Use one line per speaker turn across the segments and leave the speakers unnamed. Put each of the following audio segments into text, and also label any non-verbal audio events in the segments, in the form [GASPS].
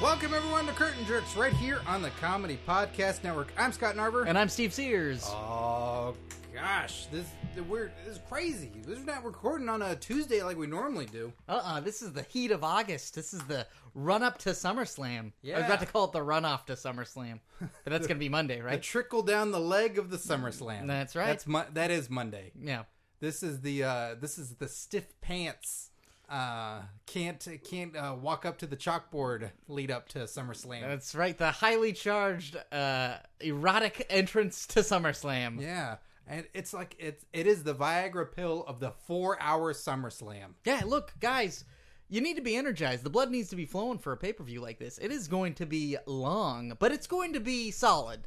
Welcome everyone to Curtain Jerks right here on the Comedy Podcast Network. I'm Scott Narver.
And I'm Steve Sears.
oh gosh, this the weird this is crazy. We're not recording on a Tuesday like we normally do.
Uh-uh, this is the heat of August. This is the run-up to SummerSlam. I was
Yeah.
about to call it the run-off to SummerSlam. But that's going to be Monday,
I
right?
trickle down the leg of the SummerSlam.
That's right.
That's mon- that is Monday.
yeah.
This is the uh this is the stiff pants. Uh, can't can't uh, walk up to the chalkboard lead up to SummerSlam.
That's right. The highly charged uh, erotic entrance to SummerSlam. Yeah.
yeah, and it's like it's it is the Viagra pill of the four hour SummerSlam.
look, guys, you need to be energized. The blood needs to be flowing for a pay-per-view like this. It is going to be long, but it's going to be solid.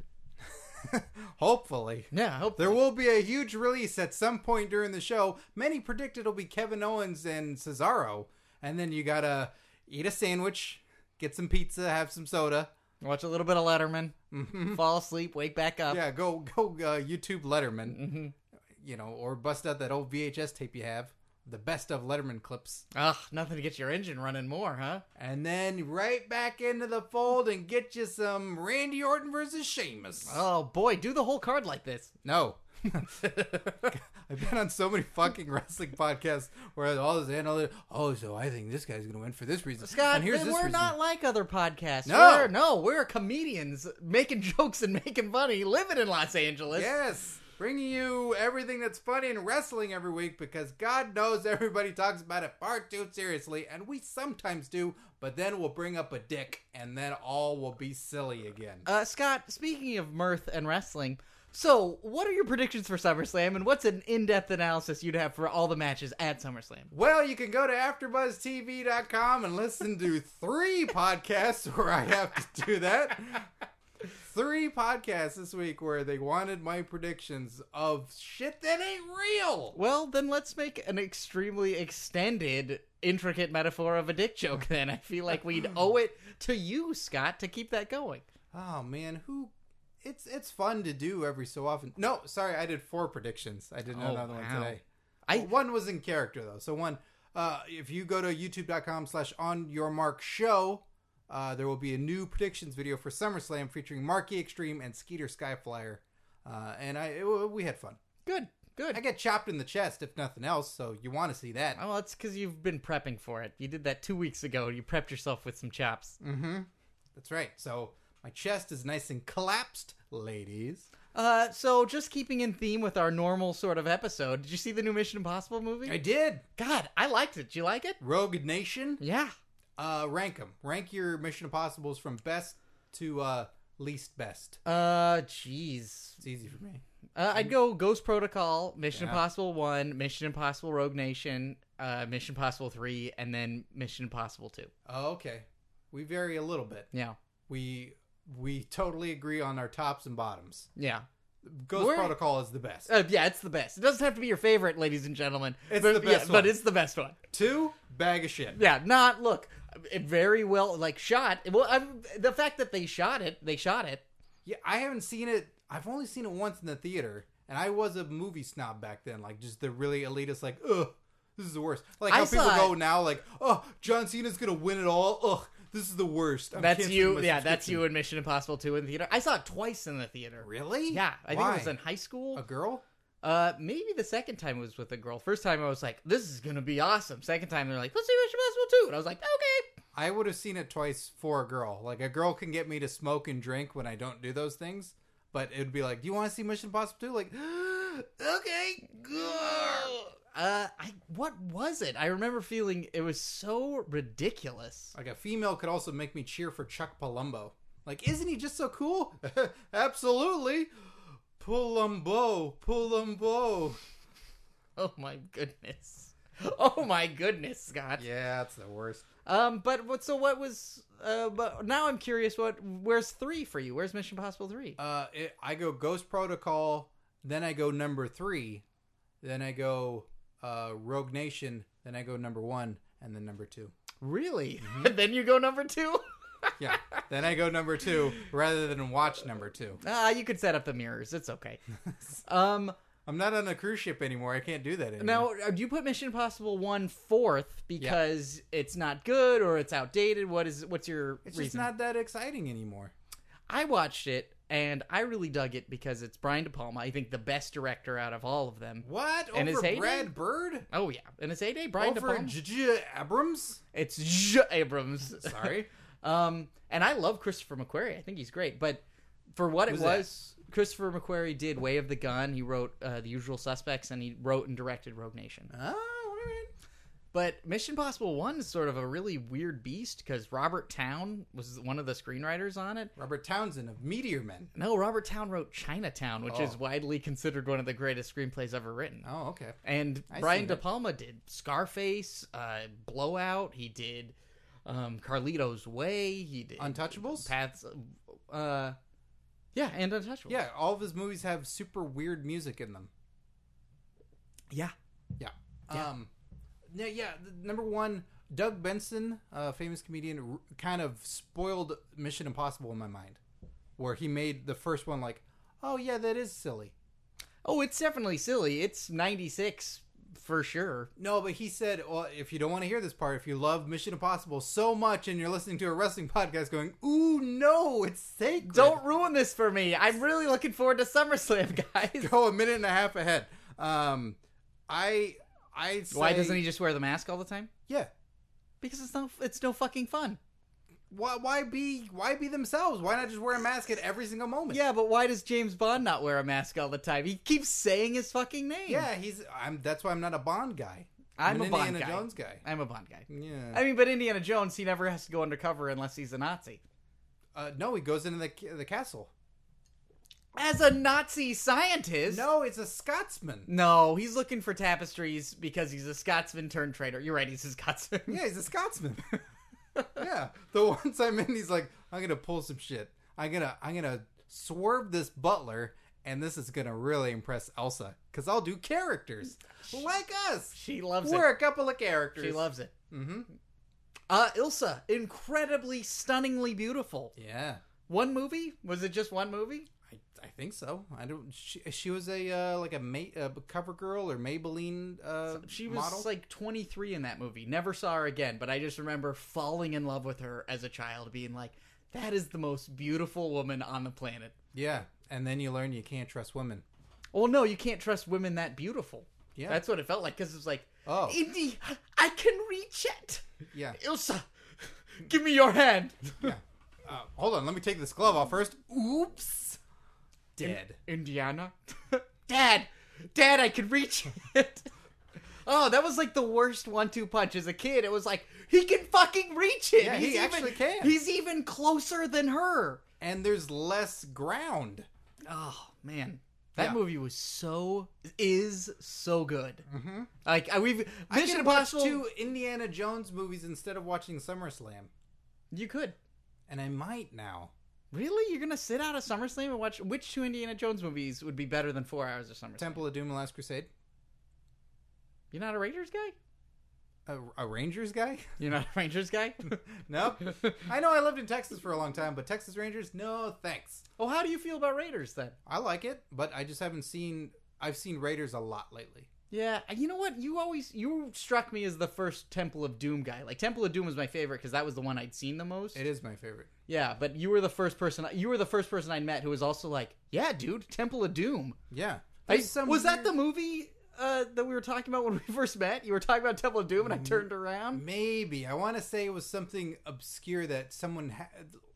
Hopefully,
Yeah, I hope
There will be a huge release at some point during the show. Many predict it'll be Kevin Owens and Cesaro. And then you gotta eat a sandwich, get some pizza, have some soda.
watch a little bit of Letterman, fall asleep, wake back up.
Mm-hmm. Yeah, go go uh, YouTube Letterman. You know, or bust out that old VHS tape you have, the best of Letterman clips,
Ugh, nothing to get your engine running more, huh?
and then right back into the fold and get you some Randy Orton versus Sheamus.
Oh boy, do the whole card like this.
No. [LAUGHS] I've been on so many fucking wrestling podcasts where all this analytics. Oh, so I think this guy's gonna win for this reason.
Scott,
and here's
then
this
we're
reason.
not like other podcasts.
No.
we're, no, we're comedians making [LAUGHS] jokes and making money, living in Los Angeles.
Yes, bringing you everything that's funny in wrestling every week because God knows everybody talks about it far too seriously, and we sometimes do. But then we'll bring up a dick, and then all will be silly again.
Uh, Scott, speaking of mirth and wrestling, so what are your predictions for SummerSlam, and what's an in-depth analysis you'd have for all the matches at SummerSlam?
Well, you can go to AfterBuzzTV.com and listen to three podcasts where I have to do that. Three podcasts this week where they wanted my predictions of shit that ain't real.
Well, then let's make an extremely extended, intricate metaphor of a dick joke. Then I feel like we'd owe it to you, Scott, to keep that going.
Oh man, who? It's it's fun to do every so often. No, sorry, I did four predictions. I did
Oh,
another one
wow.
today.
I-
Well, one was in character though. So one, uh, if you go to youtube.com slash on your mark show, uh, there will be a new predictions video for SummerSlam featuring Marky Extreme and Skeeter Skyflyer. Uh, and I it- we had fun.
Good, good.
I get chopped in the chest if nothing else, so you want to see that.
Oh, it's because you've been prepping for it. You did that two weeks ago. You prepped yourself with some chops.
Mm. That's right. So my chest is nice and collapsed, ladies.
Uh, so just keeping in theme with our normal sort of episode, did you see the new Mission Impossible movie?
I did.
God, I liked it. Did you like it?
Rogue Nation.
Yeah.
Uh, rank them. Rank your Mission Impossibles from best to uh, least best.
Uh, jeez.
It's easy for me.
Uh, I'd go Ghost Protocol, Mission
Mm. Yeah.
Impossible One, Mission Impossible Rogue Nation, uh, Mission Impossible Three, and then Mission Impossible Two.
Oh, okay. We vary a little bit.
Yeah,
We we totally agree on our tops and bottoms.
yeah,
Ghost
We're-
Protocol is the best.
uh, yeah. It's the best. It doesn't have to be your favorite, ladies and gentlemen.
It's
but,
the best
yeah, but
one.
it's the best one.
Two bag of shit.
Yeah, not look. It very well like shot. Well, I'm, the fact that they shot it, they shot it.
Yeah, I haven't seen it. I've only seen it once in the theater, and I was a movie snob back then. Like just the really elitist, like ugh, this is the worst. Like
I
how people
saw
go
it.
now, like oh, John Cena's gonna win it all. Ugh, this is the worst. I'm
That's
canceling
you.
my
Yeah, that's
subscription."
you in Mission Impossible 2 in the theater. I saw it twice in the theater.
Really?
Yeah, I
Why?
think it was in high school.
a girl.
Uh, maybe the second time was with a girl. First time I was like, "This is gonna be awesome." Second time they're like, "Let's see Mission Impossible 2. and I was like, "Okay."
I would have seen it twice for a girl. Like a girl can get me to smoke and drink when I don't do those things, but it'd be like, "Do you want to see Mission Impossible 2? Like, [GASPS] okay, grr.
Uh, I what was it? I remember feeling it was so ridiculous. [LAUGHS]
like a female could also make me cheer for Chuck Palumbo. Like, isn't he just so cool? [LAUGHS] Absolutely, Palumbo, Palumbo.
Oh my goodness. Oh my goodness, Scott.
Yeah, that's the worst.
Um, but what? So what was? Uh, but now I'm curious. What? Where's three for you? Where's Mission Impossible three?
Uh, it, I go Ghost Protocol, then I go number three, then I go uh, Rogue Nation, then I go number one, and then number two.
really? [LAUGHS] then you go number [LAUGHS] two.
Yeah, then I go number two rather than watch number two.
[LAUGHS] Ah, you could set up the mirrors. It's okay. um,
I'm not on a cruise ship anymore. I can't do that anymore.
Now, uh, do you put Mission Impossible one fourth because it's not good or it's outdated? What is what's your
it's
reason?
just not that exciting anymore.
I watched it and I really dug it because it's Brian De Palma. I think the best director out of all of them.
What
And
over
his heyday?
Brad Bird?
Oh yeah, in his heyday, Brian De
over
Palma.
J.J. Abrams?
it's J. Abrams.
Sorry,
[LAUGHS] um, and I love Christopher McQuarrie. I think he's great, but for what
Who's
it
that?
was, Christopher McQuarrie did Way of the Gun. He wrote uh, The Usual Suspects, and he wrote and directed Rogue Nation.
Oh, all right.
But Mission Impossible One is sort of a really weird beast because Robert Town was one of the screenwriters on it.
Robert Townsend of Meteor Men.
No, Robert Town wrote Chinatown, which is
Oh.
widely considered one of the greatest screenplays ever written.
Oh, okay.
And
I
Brian
seen
De
it.
Palma did Scarface, uh, Blowout. He did um, Carlito's Way. He did
Untouchables.
Paths. Uh, yeah, and Untouchables.
yeah, all of his movies have super weird music in them.
yeah.
Yeah.
Yeah.
Um, no, yeah. th- Number one, Doug Benson, a famous comedian, r- kind of spoiled Mission Impossible in my mind, where he made the first one like, oh yeah, that is silly.
Oh, it's definitely silly. It's '96 for sure.
No, but he said, well, if you don't want to hear this part, if you love Mission Impossible so much and you're listening to a wrestling [LAUGHS] podcast going, ooh, no, it's sacred.
Don't
[LAUGHS]
ruin this for me. I'm really looking forward to SummerSlam, [LAUGHS] guys.
go a minute and a half ahead. Um, I, I say,
Why doesn't he just wear the mask all the time?
Yeah.
Because it's not. It's no fucking fun.
Why, why be why be themselves? Why not just wear a mask at every single moment?
Yeah, but why does James Bond not wear a mask all the time? He keeps saying his fucking name.
Yeah, he's. I'm. That's why I'm not a Bond guy.
I'm
an
a Bond
Indiana
guy.
Jones guy.
I'm a Bond guy.
Yeah.
I mean, but Indiana Jones, he never has to go undercover unless he's a Nazi.
Uh, no, he goes into the ca- the castle.
As a Nazi scientist.
No, it's a Scotsman.
No, he's looking for tapestries because he's a Scotsman turned traitor. You're right, he's a Scotsman.
Yeah, he's a Scotsman. [LAUGHS] yeah. The ones I'm in, he's like, I'm gonna pull some shit. I'm gonna I'm gonna swerve this butler, and this is gonna really impress Elsa because I'll do characters like us.
[LAUGHS] She loves
We're
it.
a couple of characters.
She loves it.
Mm-hmm.
Uh, Ilsa, incredibly, stunningly beautiful.
Yeah.
One movie? Was it just one movie?
I, I think so. I don't. She, she was a uh, like a ma- uh, cover girl or Maybelline. Uh,
She was
model.
like 23 in that movie. Never saw her again, but I just remember falling in love with her as a child, being like, that is the most beautiful woman on the planet.
Yeah, and then you learn you can't trust women.
Well, no, you can't trust women that beautiful.
Yeah.
That's what it felt like, because it was like,
Oh.
Indy, I can reach it.
Yeah.
[LAUGHS] Ilsa, give me your hand.
Uh, hold on, let me take this glove off first. Oops. Dead.
[LAUGHS] Indiana. [LAUGHS] Dad, Dad, I can reach it. [LAUGHS] oh, that was like the worst one-two punch as a kid. It was like he can fucking reach it.
Yeah, he
even-
actually can.
He's even closer than her.
And there's less ground.
Oh man, that
Yeah.
movie was so is so good.
Mm-hmm.
Like I, we've
I
Mission
should watch
Impossible.
two Indiana Jones movies instead of watching SummerSlam,
You could
and I might now.
really. You're gonna sit out of SummerSlam and watch which two Indiana Jones movies would be better than four hours of SummerSlam?
Temple of Doom, and Last Crusade.
You're not a Rangers guy.
A, a Rangers guy? [LAUGHS]
You're not a [LAUGHS] Rangers guy. [LAUGHS]
no. I know I lived in Texas for a long time, but Texas Rangers, no thanks.
well, how do you feel about Raiders then?
I like it, but I just haven't seen. I've seen Raiders a lot lately.
Yeah, and you know what? You always you struck me as the first Temple of Doom guy. Like Temple of Doom was my favorite because that was the one I'd seen the most.
It is my favorite.
Yeah, but you were the first person you were the first person I met who was also like, "Yeah, dude, Temple of Doom."
Yeah.
I,
There's some
was that
weird-
the movie uh, that we were talking about when we [LAUGHS] first met? You were talking about Temple of Doom, and I turned around.
Maybe I want to say it was something obscure that someone had.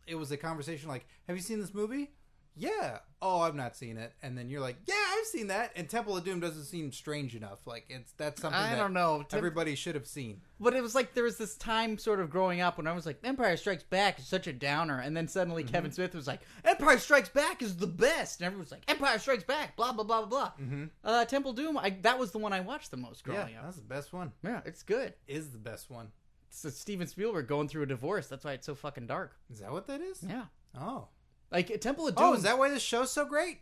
It was a conversation like, "Have you seen this movie?" Yeah. Oh, I've not seen it. And then you're like, "Yeah, I've seen that." And Temple of Doom doesn't seem strange enough. Like it's that's something
I
that
don't know, Tem-
everybody should have seen.
but it was like there was this time, sort of growing up, when I was like, "Empire Strikes Back is such a downer," and then suddenly
Mm-hmm.
Kevin Smith was like, "Empire Strikes Back is the best," and everyone's like, "Empire Strikes Back," blah blah blah blah blah. Uh, Temple of Doom, I, that was the one I watched the most
Mm-hmm. Yeah,
growing up.
that's the best one.
Yeah, it's good.
Is the best one.
It's a Steven Spielberg going through a divorce. That's why it's so fucking dark.
Is that what that is?
Yeah.
Oh.
Like Temple of Doom.
Oh, is that why this show's so great?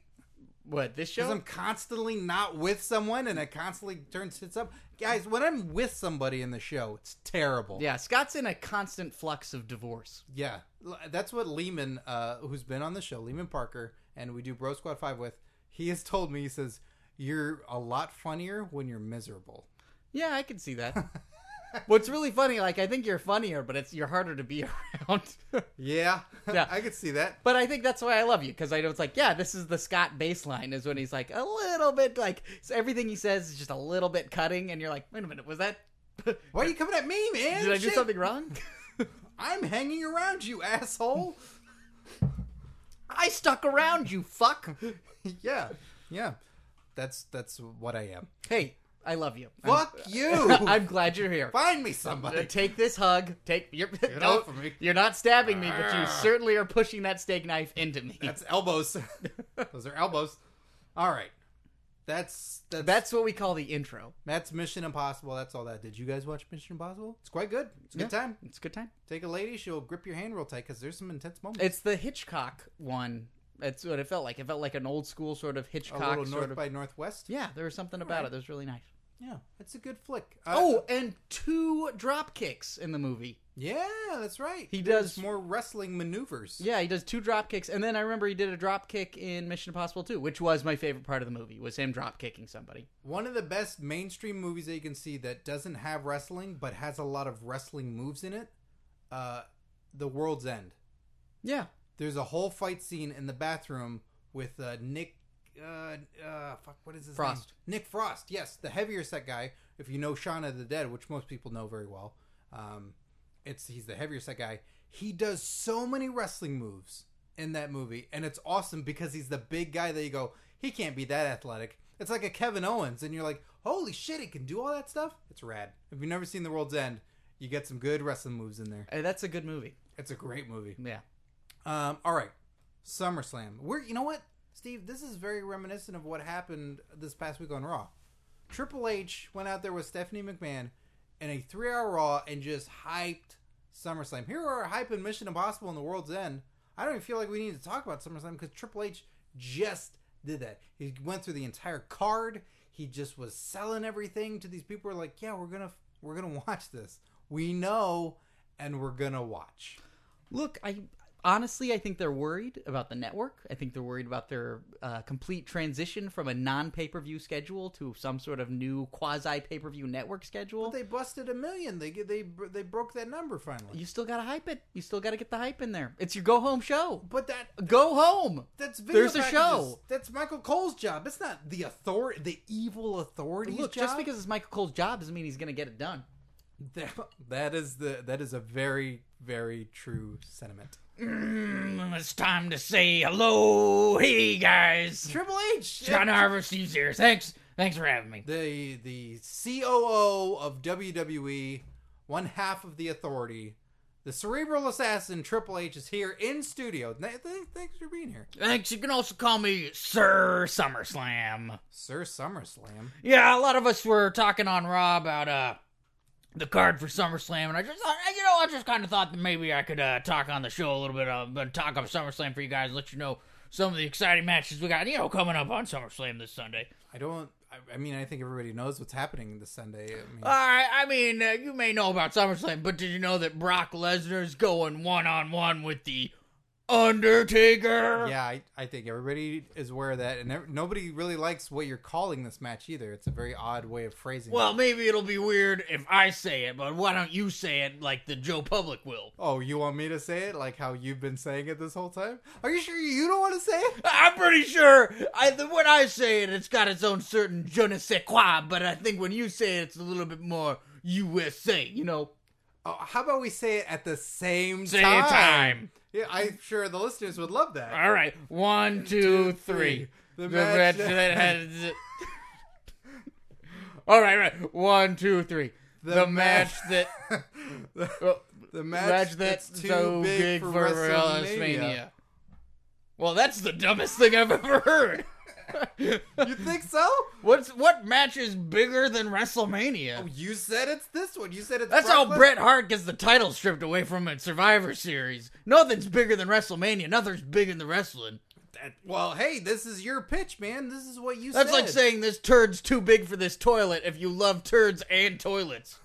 what this
Because
show?
I'm constantly not with someone, and I constantly turn shits up. Guys, when I'm with somebody in the show, it's terrible.
Yeah, Scott's in a constant flux of divorce.
Yeah, L- that's what Lehman, uh, who's been on the show, Lehman Parker, and we do Bro Squad Five with. He has told me he says You're a lot funnier when you're miserable.
Yeah, I can see that. [LAUGHS] What's really funny, like I think you're funnier, but it's you're harder to be [LAUGHS] around.
Yeah,
Yeah.
[LAUGHS] I could see that.
but I think that's why I love you because I know it's like, yeah, this is the Scott baseline is when he's like a little bit like so everything he says is just a little bit cutting, and you're like, wait a minute, was that? [LAUGHS] Did
Why are you coming at me, man?
I do
Shit.
something wrong?
[LAUGHS] I'm hanging around you, asshole. [LAUGHS]
I stuck around, you fuck.
yeah, yeah. That's that's what I am.
Hey, I love you. I'm- [LAUGHS]
Fuck you.
I'm glad you're here.
Find me
Uh,
somebody.
Take this hug. Take your. Get
off of me. Ah.
You're not stabbing me, but you certainly are pushing that steak knife into me.
That's elbows. Those are elbows. All right. That's that's
[LAUGHS] That's what we call the intro.
that's Mission Impossible. That's all that. Did you guys watch Mission Impossible? It's quite good. It's a good
Yeah.
time.
It's a good time.
Take a lady. She'll grip your hand real tight because there's some intense moments.
It's the Hitchcock one. That's what it felt like. It felt like an old school sort of
a
Hitchcock
little
sort
north
of.
by northwest.
yeah, there was something about it that was really nice.
Yeah, it's a good flick. Uh,
Oh, and two drop kicks in the movie.
yeah, that's right.
He
There's
does-
more wrestling maneuvers.
Yeah, he does two drop kicks, and then I remember he did a drop kick in Mission Impossible 2, which was my favorite part of the movie. Was him drop kicking somebody?
One of the best mainstream movies that you can see that doesn't have wrestling but has a lot of wrestling moves in it. Uh, the World's End.
Yeah,
There's a whole fight scene in the bathroom with uh, Nick. Uh, uh, fuck, what is his
Frost.
name? Nick Frost. Yes, the heavier set guy. If you know Shaun of the Dead, which most people know very well, um, it's he's the heavier set guy. He does so many wrestling moves in that movie, and it's awesome because he's the big guy that you go, he can't be that athletic. It's like a Kevin Owens, and you're like, holy shit, he can do all that stuff. It's rad. If you've never seen The World's End, you get some good wrestling moves in there.
Uh, that's a good movie.
It's a great movie.
Yeah.
Um, all right, SummerSlam. We're you know what, Steve? This is very reminiscent of what happened this past week on Raw. Triple H went out there with Stephanie McMahon in a three-hour Raw and just hyped SummerSlam. Here are hyping Mission Impossible and The World's End. I don't even feel like we need to talk about SummerSlam because Triple H just did that. He went through the entire card. He just was selling everything to these people. Who are like, yeah, we're gonna we're gonna watch this. We know, and we're gonna watch.
Look, I honestly, I think they're worried about the network. I think they're worried about their uh, complete transition from a non-pay per view schedule to some sort of new quasi pay per view network schedule.
But they busted a million. They they they broke that number finally.
you still gotta hype it. You still gotta get the hype in there. It's your go home show.
But that
Go home.
that's video
There's a
packages.
show.
That's Michael Cole's job. It's not the authority, the evil authorities.
Look,
job. [LAUGHS]
just because it's Michael Cole's job doesn't mean he's gonna get it done.
That- that is the that is a very very true sentiment.
Mm, It's time to say hello, hey guys.
Triple H,
Harvey, Steve here. Thanks, thanks for having me.
the the COO of WWE, one half of the authority, the cerebral assassin Triple H is here in studio. Th- th- Thanks for being here,
Thanks. You can also call me Sir SummerSlam.
Sir SummerSlam.
Yeah, a lot of us were talking on Raw about uh the card for SummerSlam, and I just, I, you know, I just kind of thought that maybe I could uh, talk on the show a little bit, uh, but talk up SummerSlam for you guys, let you know some of the exciting matches we got, you know, coming up on SummerSlam this Sunday.
I don't. I, I mean, I think everybody knows what's happening this Sunday. I mean,
All right, I mean, uh, you may know about SummerSlam, but did you know that Brock Lesnar's going one on one with the Undertaker?
yeah, I, I think everybody is aware of that, and ev- nobody really likes what you're calling this match either. It's a very odd way of phrasing. it.
Well, maybe it'll be weird if I say it, but why don't you say it like the Joe Public will?
oh, you want me to say it like how you've been saying it this whole time? Are you sure you don't want to say it?
I'm pretty sure I, the- when I say it, it's got its own certain je ne sais quoi, but I think when you say it, it's a little bit more USA, you know?
Oh, how about we say it at the same
Same
time?
time.
Yeah, I'm sure the listeners would love that.
All right, one, two, three.
The
The
match
match that has. All right, right. One, two, three. The, match
[LAUGHS]
that.
the,
well,
the
match,
match,
that's,
too
so
big, for, WrestleMania.
Well, that's the dumbest thing I've ever heard.
You think so?
[LAUGHS] What's what match is bigger than WrestleMania?
Oh, you said it's this one. You said it's
That's how
Brock Lesnar.
Bret Hart gets the title stripped away from a Survivor Series. Nothing's bigger than WrestleMania. Nothing's bigger than wrestling.
That- well, hey, this is your pitch, man. This is what you
That's
said.
like saying this turd's too big for this toilet if you love turds and toilets.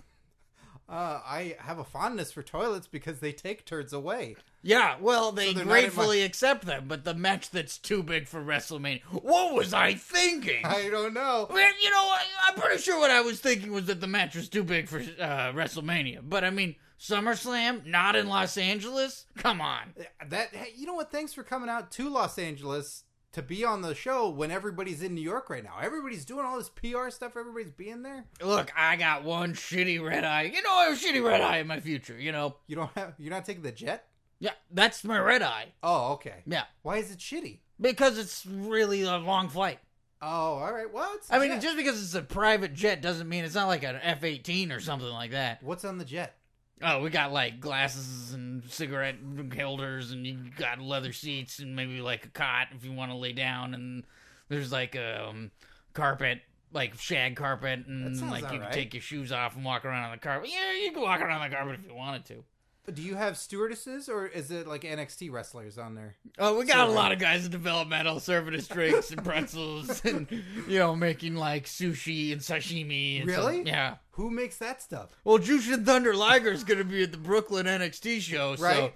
Uh, I have a fondness for toilets because they take turds away. [LAUGHS]
Yeah, well, they
they're not in
gratefully accept them, but the match that's too big for WrestleMania. What was I thinking?
I don't know.
Well, you know, I, I'm pretty sure what I was thinking was that the match was too big for uh, WrestleMania. But I mean, SummerSlam, not in Los Angeles? Come on.
That hey, you know what? Thanks for coming out to Los Angeles to be on the show when everybody's in New York right now. Everybody's doing all this PR stuff. Everybody's being there.
Look, I got one shitty red eye. You know, I have a shitty red eye in my future, you know?
You don't have. You're not taking the jet.
Yeah, that's my red eye.
Oh, okay.
Yeah,
Why is it shitty?
because it's really a long flight.
Oh, all right. Well, it's
I mean,
jet.
just because it's a private jet doesn't mean it's not like an F 18 or something like that.
what's on the jet?
Oh, we got like glasses and cigarette holders, and you got leather seats, and maybe like a cot if you want to lay down, and there's like a um, carpet. Like shag carpet,
That
and
sounds
like you can
alright.
take your shoes off and walk around on the carpet. Yeah, you can walk around on the carpet if you wanted to.
Do you have stewardesses or is it like NXT wrestlers on there?
Oh, we got a lot of guys in developmental serving us drinks and pretzels, and [LAUGHS] you know, making like sushi and sashimi. And stuff.
Really?
yeah.
Who makes that stuff?
Well, Jushin Thunder Liger is going to be at the Brooklyn NXT show, so
Right.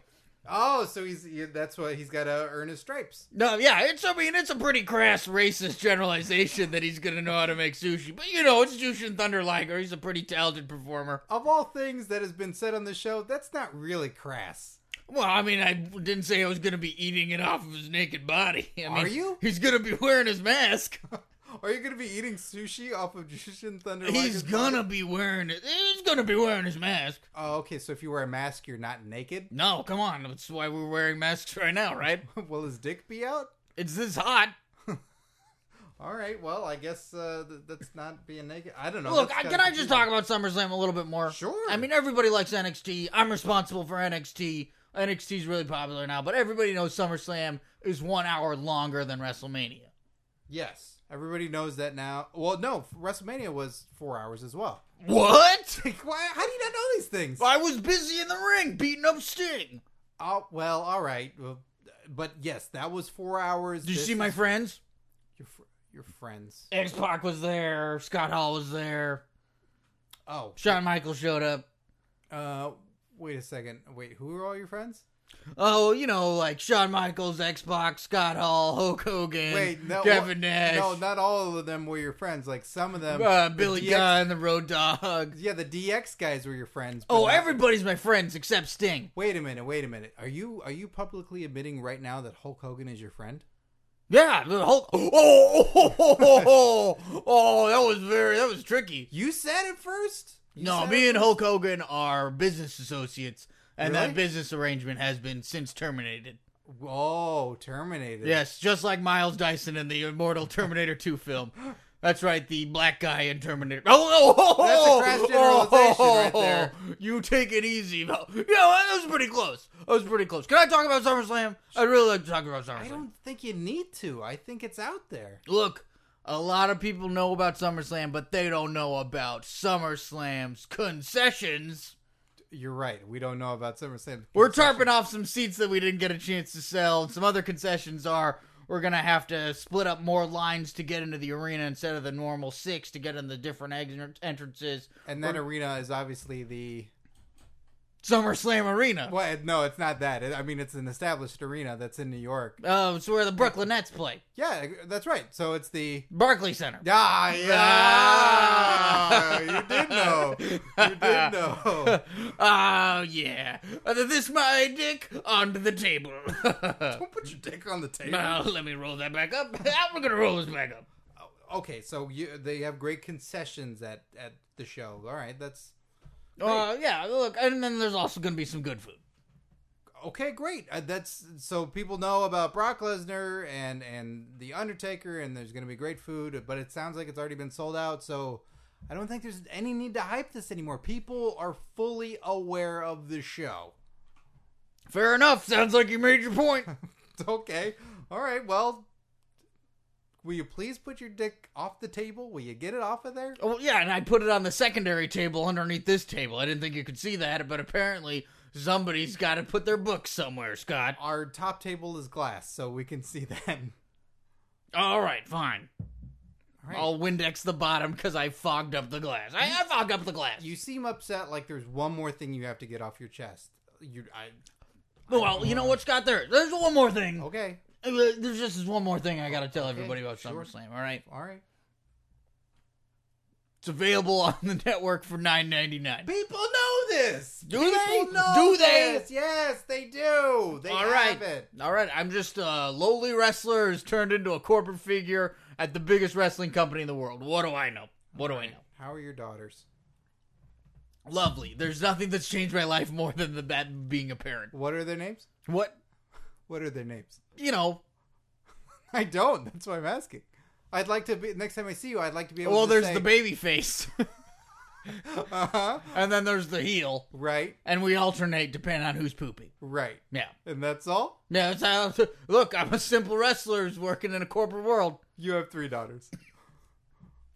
Oh, so he's he, that's why he's got to earn his stripes.
no, yeah, it's I mean it's a pretty crass racist generalization that he's going to know how to make sushi, but you know it's Jushin Thunder Liger. He's a pretty talented performer.
Of all things that has been said on the show, that's not really crass.
Well, I mean, I didn't say I was going to be eating it off of his naked body. I mean,
Are you?
He's going to be wearing
[LAUGHS]
his mask.
Are you gonna be eating sushi off of [LAUGHS] Jushin Thunder?
He's
Liger's
gonna
body?
be wearing it. He's gonna be wearing his mask.
Oh, okay. So if you wear a mask, you're not naked. [LAUGHS]
No, come on. That's why we're wearing masks right now, right?
Will his dick be out?
It's this hot.
All right. Well, I guess uh, th- that's not being naked. I don't know.
Look,
that's
I,
kinda
can I just
confusing.
talk about SummerSlam a little bit more?
Sure.
I mean, everybody likes NXT. I'm responsible for NXT. NXT's really popular now, but everybody knows SummerSlam is one hour longer than WrestleMania.
Yes, everybody knows that now. Well, no, WrestleMania was four hours as well. [LAUGHS]
What?
Like, why? How do you not know these things?
I was busy in the ring beating up Sting.
Oh well, all right, well, but yes, that was four hours.
Did you
This
see my
is-
friends?
your, fr- your friends?
X Pac was there. Scott Hall was there.
Oh,
Shawn Michaels showed up.
uh, wait a second. Wait, who are all your friends?
Oh, you know, like Shawn Michaels, Xbox, Scott Hall, Hulk Hogan,
Wait, no,
Kevin
wha-
Nash,
No, not all of them were your friends. Like some of them,
uh,
the
Billy
DX
Gunn, the Road Dog.
Yeah, the DX guys were your friends. but
Oh,
not-
everybody's my friends except Sting.
Wait a minute. Wait a minute. Are you are you publicly admitting right now that Hulk Hogan is your friend?
Yeah, the Hulk. Oh, oh, oh, oh, oh, oh, oh, that was very that was tricky.
You said it first. You
No,
said
me
it
and
first.
Hulk Hogan are business associates, and
Really?
that business arrangement has been since terminated.
Whoa, terminated.
Yes, just like Miles Dyson in the immortal Terminator 2 film. That's right, the black guy in Terminator. Oh, oh, oh, oh,
That's a crass
oh,
generalization
oh,
right there.
You take it easy. You know, [LAUGHS] that was pretty close. That was pretty close. Can I talk about SummerSlam? I really like to talk about SummerSlam.
I don't think you need to. I think it's out there.
Look, a lot of people know about SummerSlam, but they don't know about SummerSlam's concessions.
You're right. We don't know about SummerSlam.
We're tarping off some seats that we didn't get a chance to sell. And some other concessions are we're going to have to split up more lines to get into the arena instead of the normal six to get in the different ex- entrances.
And that arena is obviously the.
SummerSlam Arena.
Well, no, it's not that. I mean, it's an established arena that's in New York.
Uh, it's where the Brooklyn Nets play.
Yeah, that's right. So it's the.
Barclay Center.
Ah, yeah.
Ah.
you did know. You did know.
Oh, yeah. Uh, This my dick onto the table. [LAUGHS]
Don't put your dick on the table.
now, let me roll that back up. [LAUGHS] We're going to roll this back up.
Oh, Okay, so you, they have great concessions at, at the show. All right, that's.
Uh, yeah, look, and then there's also going to be some good food.
Okay, great. Uh, that's so people know about Brock Lesnar and and the Undertaker, and there's going to be great food. But it sounds like it's already been sold out, so I don't think there's any need to hype this anymore. People are fully aware of the show. [LAUGHS]
Fair enough. Sounds like you made your point.
okay, all right. Well, will you please put your dick off the table? Will you get it off of there?
oh, yeah, and I put it on the secondary table underneath this table. I didn't think you could see that, but apparently somebody's got to put their book somewhere, Scott.
Our [LAUGHS] top table is glass, so we can see that.
All right, fine.
Right.
I'll Windex the bottom because I fogged up the glass. I, I fogged up the glass.
You seem upset like there's one more thing you have to get off your chest. You, I,
well, you know what, Scott? There, there's one more thing.
okay,
Uh, There's just this one more thing I gotta tell
Oh. Okay,
everybody about
sure.
SummerSlam. All right,
all right.
it's available [LAUGHS] on the network for nine ninety nine.
People know this.
Do
People
they?
Know
Do they?
This. Yes, they do. They
All
have
right,
it.
all right. I'm just a lowly wrestler who's turned into a corporate figure at the biggest wrestling company in the world. What do I know? What do I know?
How are your daughters?
Lovely. There's nothing that's changed my life more than the, that being a parent.
What are their names?
What
What are their names? [LAUGHS]
you know?
I don't. That's why I'm asking. I'd like to be next time I see you. I'd like to be able.
Well,
to
there's
say, [LAUGHS]
the baby face, [LAUGHS]
Uh huh.
and then there's the heel,
Right.
and we alternate depending on who's pooping.
Right.
Yeah.
And that's all.
Yeah, it's how, look, I'm a simple wrestler who's working in a corporate world.
You have three daughters. [LAUGHS]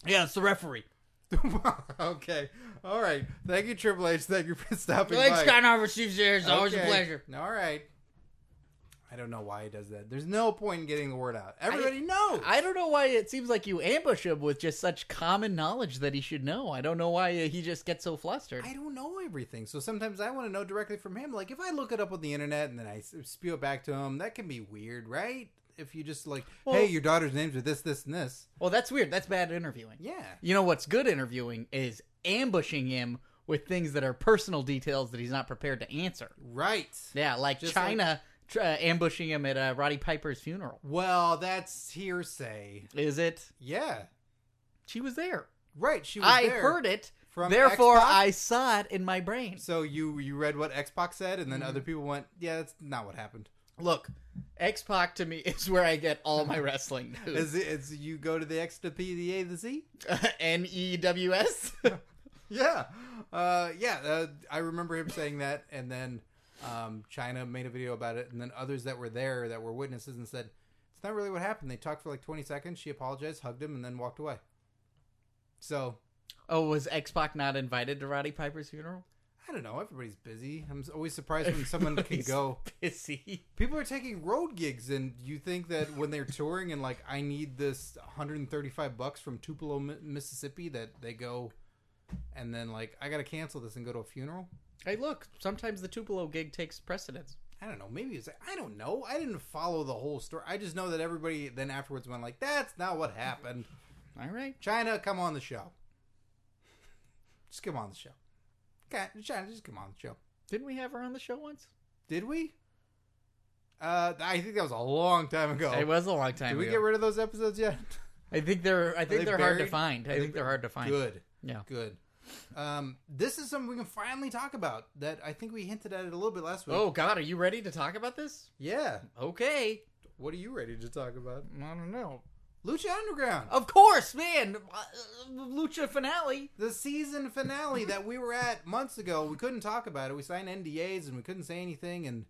Yeah, it's the referee.
okay. All right. Thank you, Triple H. Thank you for [LAUGHS] stopping
Thanks,
by.
Scott Harvard, Steve Sears. Always a
Okay.
pleasure.
All right. I don't know why he does that. There's no point in getting the word out. Everybody knows.
I don't know why it seems like you ambush him with just such common knowledge that he should know. I don't know why uh, he just gets so flustered.
I don't know everything, so sometimes I want to know directly from him. Like if I look it up on the internet and then I s- spew it back to him, that can be weird, right? If you just like,
Well-
hey, your daughter's names are this, this, and this.
Well, that's weird. That's bad interviewing.
Yeah,
You know what's good interviewing is ambushing him with things that are personal details that he's not prepared to answer.
right.
Yeah, like
Just
China tr- uh, ambushing him at uh, Roddy Piper's funeral.
Well, that's hearsay.
Is it?
Yeah,
She was there.
right. She was
I
there.
heard it.
from
Therefore,
Xbox?
I saw it in my brain.
So you you read what Xbox said, and then other people went, yeah, that's not what happened.
Look, X Pac to me [LAUGHS] is where I get all my wrestling news.
Is it? Is you go to the X to P, the A, the Z?
[LAUGHS] N E W S. [LAUGHS]
Yeah, uh, yeah. Uh, I remember him saying that, and then um, China made a video about it, and then others that were there that were witnesses and said it's not really what happened. They talked for like twenty seconds. She apologized, hugged him, and then walked away. So
Oh, was X Pac not invited to Roddy Piper's funeral? [LAUGHS]
I don't know. Everybody's busy. I'm always surprised when someone can
Everybody's
go.
Pissy.
People are taking road gigs, and you think that when they're touring and like I need this 135 bucks from Tupelo, Mi- Mississippi, that they go, and then like I gotta cancel this and go to a funeral.
Hey, look, sometimes the Tupelo gig takes precedence.
I don't know. Maybe it's I don't know. I didn't follow the whole story. I just know that everybody then afterwards went like, "That's not what happened."
All right.
China, come on the show. Just come on the show. Okay, China, just come on the show.
Didn't we have her on the show once?
Did we? Uh, I think that was a long time ago.
It was a long time
Oh. Did we
ago.
get rid of those episodes yet?
I think they're. I think
they
they are hard to
buried?
find. I
Are they
think they're hard to find.
Good,
Yeah.
good. Um, this is something we can finally talk about. That I think we hinted at it a little bit last week.
Oh God, are you ready to talk about this?
yeah.
Okay.
What are you ready to talk about?
I don't know.
Lucha Underground.
Of course, man. Uh, Lucha finale.
the season finale that we were at months ago. We couldn't talk about it. We signed NDAs and we couldn't say anything. And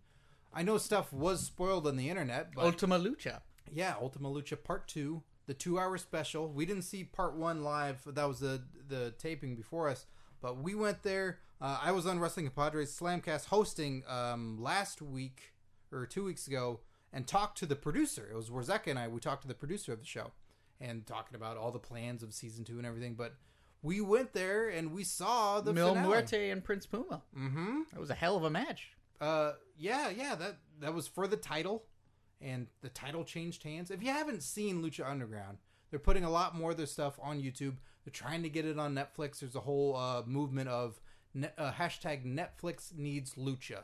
I know stuff was spoiled on the internet, but
Ultima Lucha.
yeah, Ultima Lucha Part Two, the two-hour special. We didn't see Part One live. That was the the taping before us, but we went there. Uh, I was on Wrestling Compadres Slamcast hosting um, last week or two weeks ago, and talked to the producer. It was Warzeka and I. We talked to the producer of the show, and talking about all the plans of season two and everything. But we went there and we saw the
Mil
finale.
Muerte and Prince Puma.
Mm-hmm.
That was a hell of a match.
Uh, yeah, yeah, that that was for the title, and the title changed hands. If you haven't seen Lucha Underground, they're putting a lot more of their stuff on YouTube. They're trying to get it on Netflix. There's a whole uh, movement of ne- uh, hashtag Netflix needs Lucha.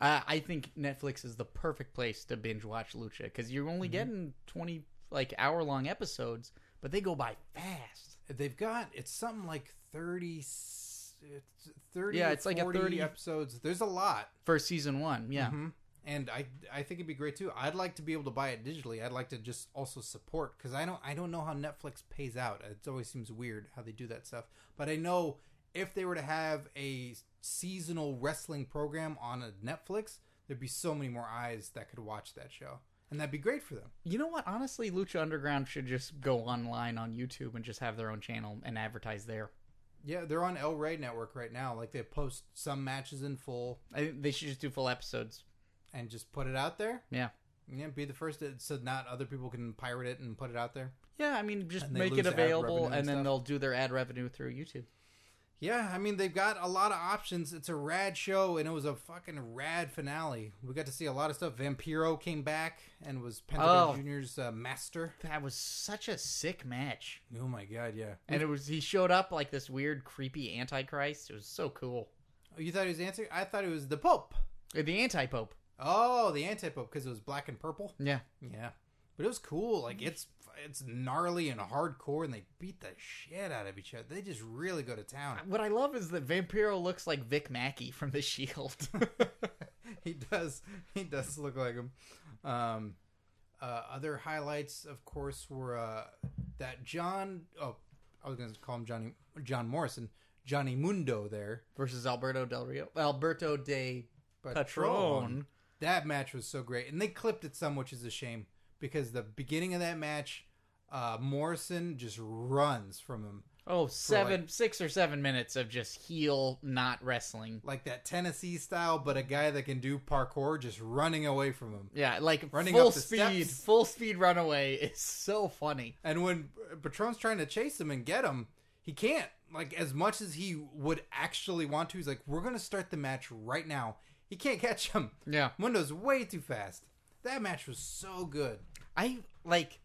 Uh, I think Netflix is the perfect place to binge watch Lucha because you're only
Mm-hmm.
getting twenty like hour long episodes, but they go by fast.
They've got it's something like 30, s- it's 30
Yeah,
or
it's like a
40
30
episodes. There's a lot.
For season one, yeah.
Mhm. And I I think it'd be great too. I'd like to be able to buy it digitally. I'd like to just also support because I don't I don't know how Netflix pays out. It always seems weird how they do that stuff. But I know if they were to have a seasonal wrestling program on a Netflix, there'd be so many more eyes that could watch that show, and that'd be great for them.
You know what? Honestly, Lucha Underground should just go online on YouTube and just have their own channel and advertise there.
Yeah, they're on El Rey Network right now. Like they post some matches in full
I, think they should just do full episodes.
and just put it out there.
Yeah.
Yeah, be the first to, so not other people can pirate it and put it out there.
Yeah, I mean, just
And they
make
lose
it
ad
available,
revenue
and,
and
then
stuff.
they'll do their ad revenue through YouTube.
Yeah, I mean they've got a lot of options. It's a rad show, and it was a fucking rad finale. We got to see a lot of stuff. Vampiro came back and was Pentagon
Oh.
Junior's uh, master.
That was such a sick match,
Oh my god, yeah.
and it was he showed up like this weird, creepy Antichrist. It was so cool.
Oh, you thought he was the answer? I thought it was the Pope.
Uh, The anti pope.
Oh, the anti Pope because it was black and purple.
Yeah,
Yeah, but it was cool. Like it's it's gnarly and hardcore, and they beat the shit out of each other. They just really go to town.
what I love is that Vampiro looks like Vic Mackey from The Shield. [LAUGHS]
he does. He does look like him. Um, uh, other highlights, of course, were uh, that John. Oh, I was going to call him Johnny John Morrison, Johnny Mundo. There,
versus Alberto Del Rio, Alberto de
but
Patron.
That match was so great, and they clipped it some, which is a shame because the beginning of that match, uh, Morrison just runs from him
Oh, seven, six or seven minutes of just heel not wrestling.
like that Tennessee style, but a guy that can do parkour just running away from him.
Yeah, like
Running
full
up the
speed,
steps.
full speed runaway [LAUGHS] is so funny.
And when Patron's trying to chase him and get him, he can't. Like as much as he would actually want to, he's like, "We're gonna start the match right now." He can't catch him.
Yeah,
Mundo's way too fast. That match was so good.
I like.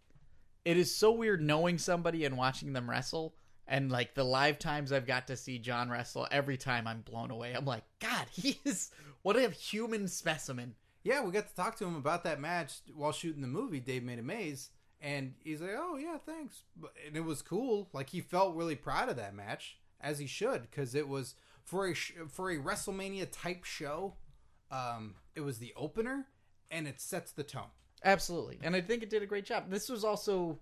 It is so weird knowing somebody and watching them wrestle, and like the live times I've got to see John wrestle. Every time I'm blown away. I'm like, God, [LAUGHS] he is what a human specimen.
Yeah, we got to talk to him about that match while shooting the movie. Dave made a maze, and he's like, "Oh yeah, thanks." But- And it was cool. Like he felt really proud of that match, as he should, because it was for a sh- for a WrestleMania type show. Um, it was the opener, and it sets the tone.
Absolutely, and I think it did a great job. This was also,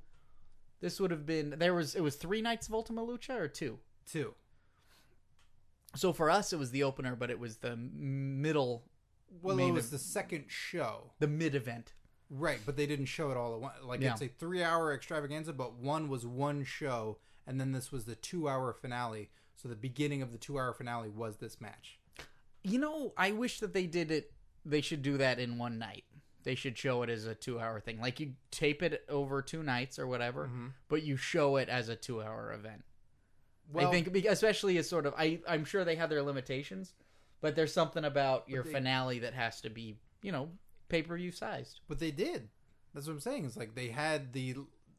this would have been there was it was three nights of Ultima Lucha or two.
too.
So for us, it was the opener, but it was the middle,
Well,
main
it was
ev-
the second show,
the mid event.
right? But they didn't show it all at once. Like
Yeah.
it's a three-hour extravaganza, but one was one show, and then this was the two-hour finale. So the beginning of the two-hour finale was this match.
You know, I wish that they did it. They should do that in one night. They should show it as a two hour thing. Like you tape it over two nights or whatever,
Mm-hmm.
but you show it as a two hour event.
Well,
I think, be- especially as sort of, I, I'm sure they have their limitations, but there's something about your
they-
finale that has to be, you know, pay per view sized.
but they did. That's what I'm saying. It's like they had the.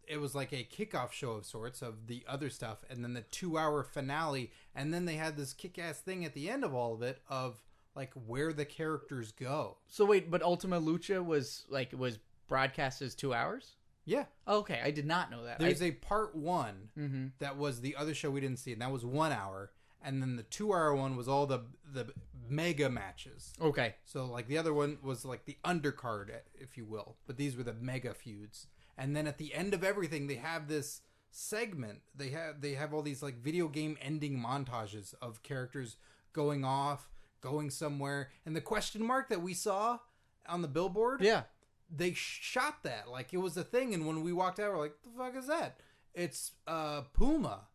It was like a kickoff show of sorts of the other stuff, and then the two-hour finale, and then they had this kick-ass thing at the end of all of it of like where the characters go.
So wait, but Ultima Lucha was like, was broadcast as two hours?
Yeah,
Okay, I did not know that.
there's a part one
mm-hmm.
that was the other show we didn't see, and that was one hour. And then the two hour one was all the the mega matches.
Okay.
So like the other one was like the undercard, if you will. But these were the mega feuds. And then at the end of everything, they have this segment. They have they have all these like video game ending montages of characters going off, going somewhere, and the question mark that we saw on the billboard
Yeah.
they shot that like it was a thing and when we walked out we're like the fuck is that it's uh puma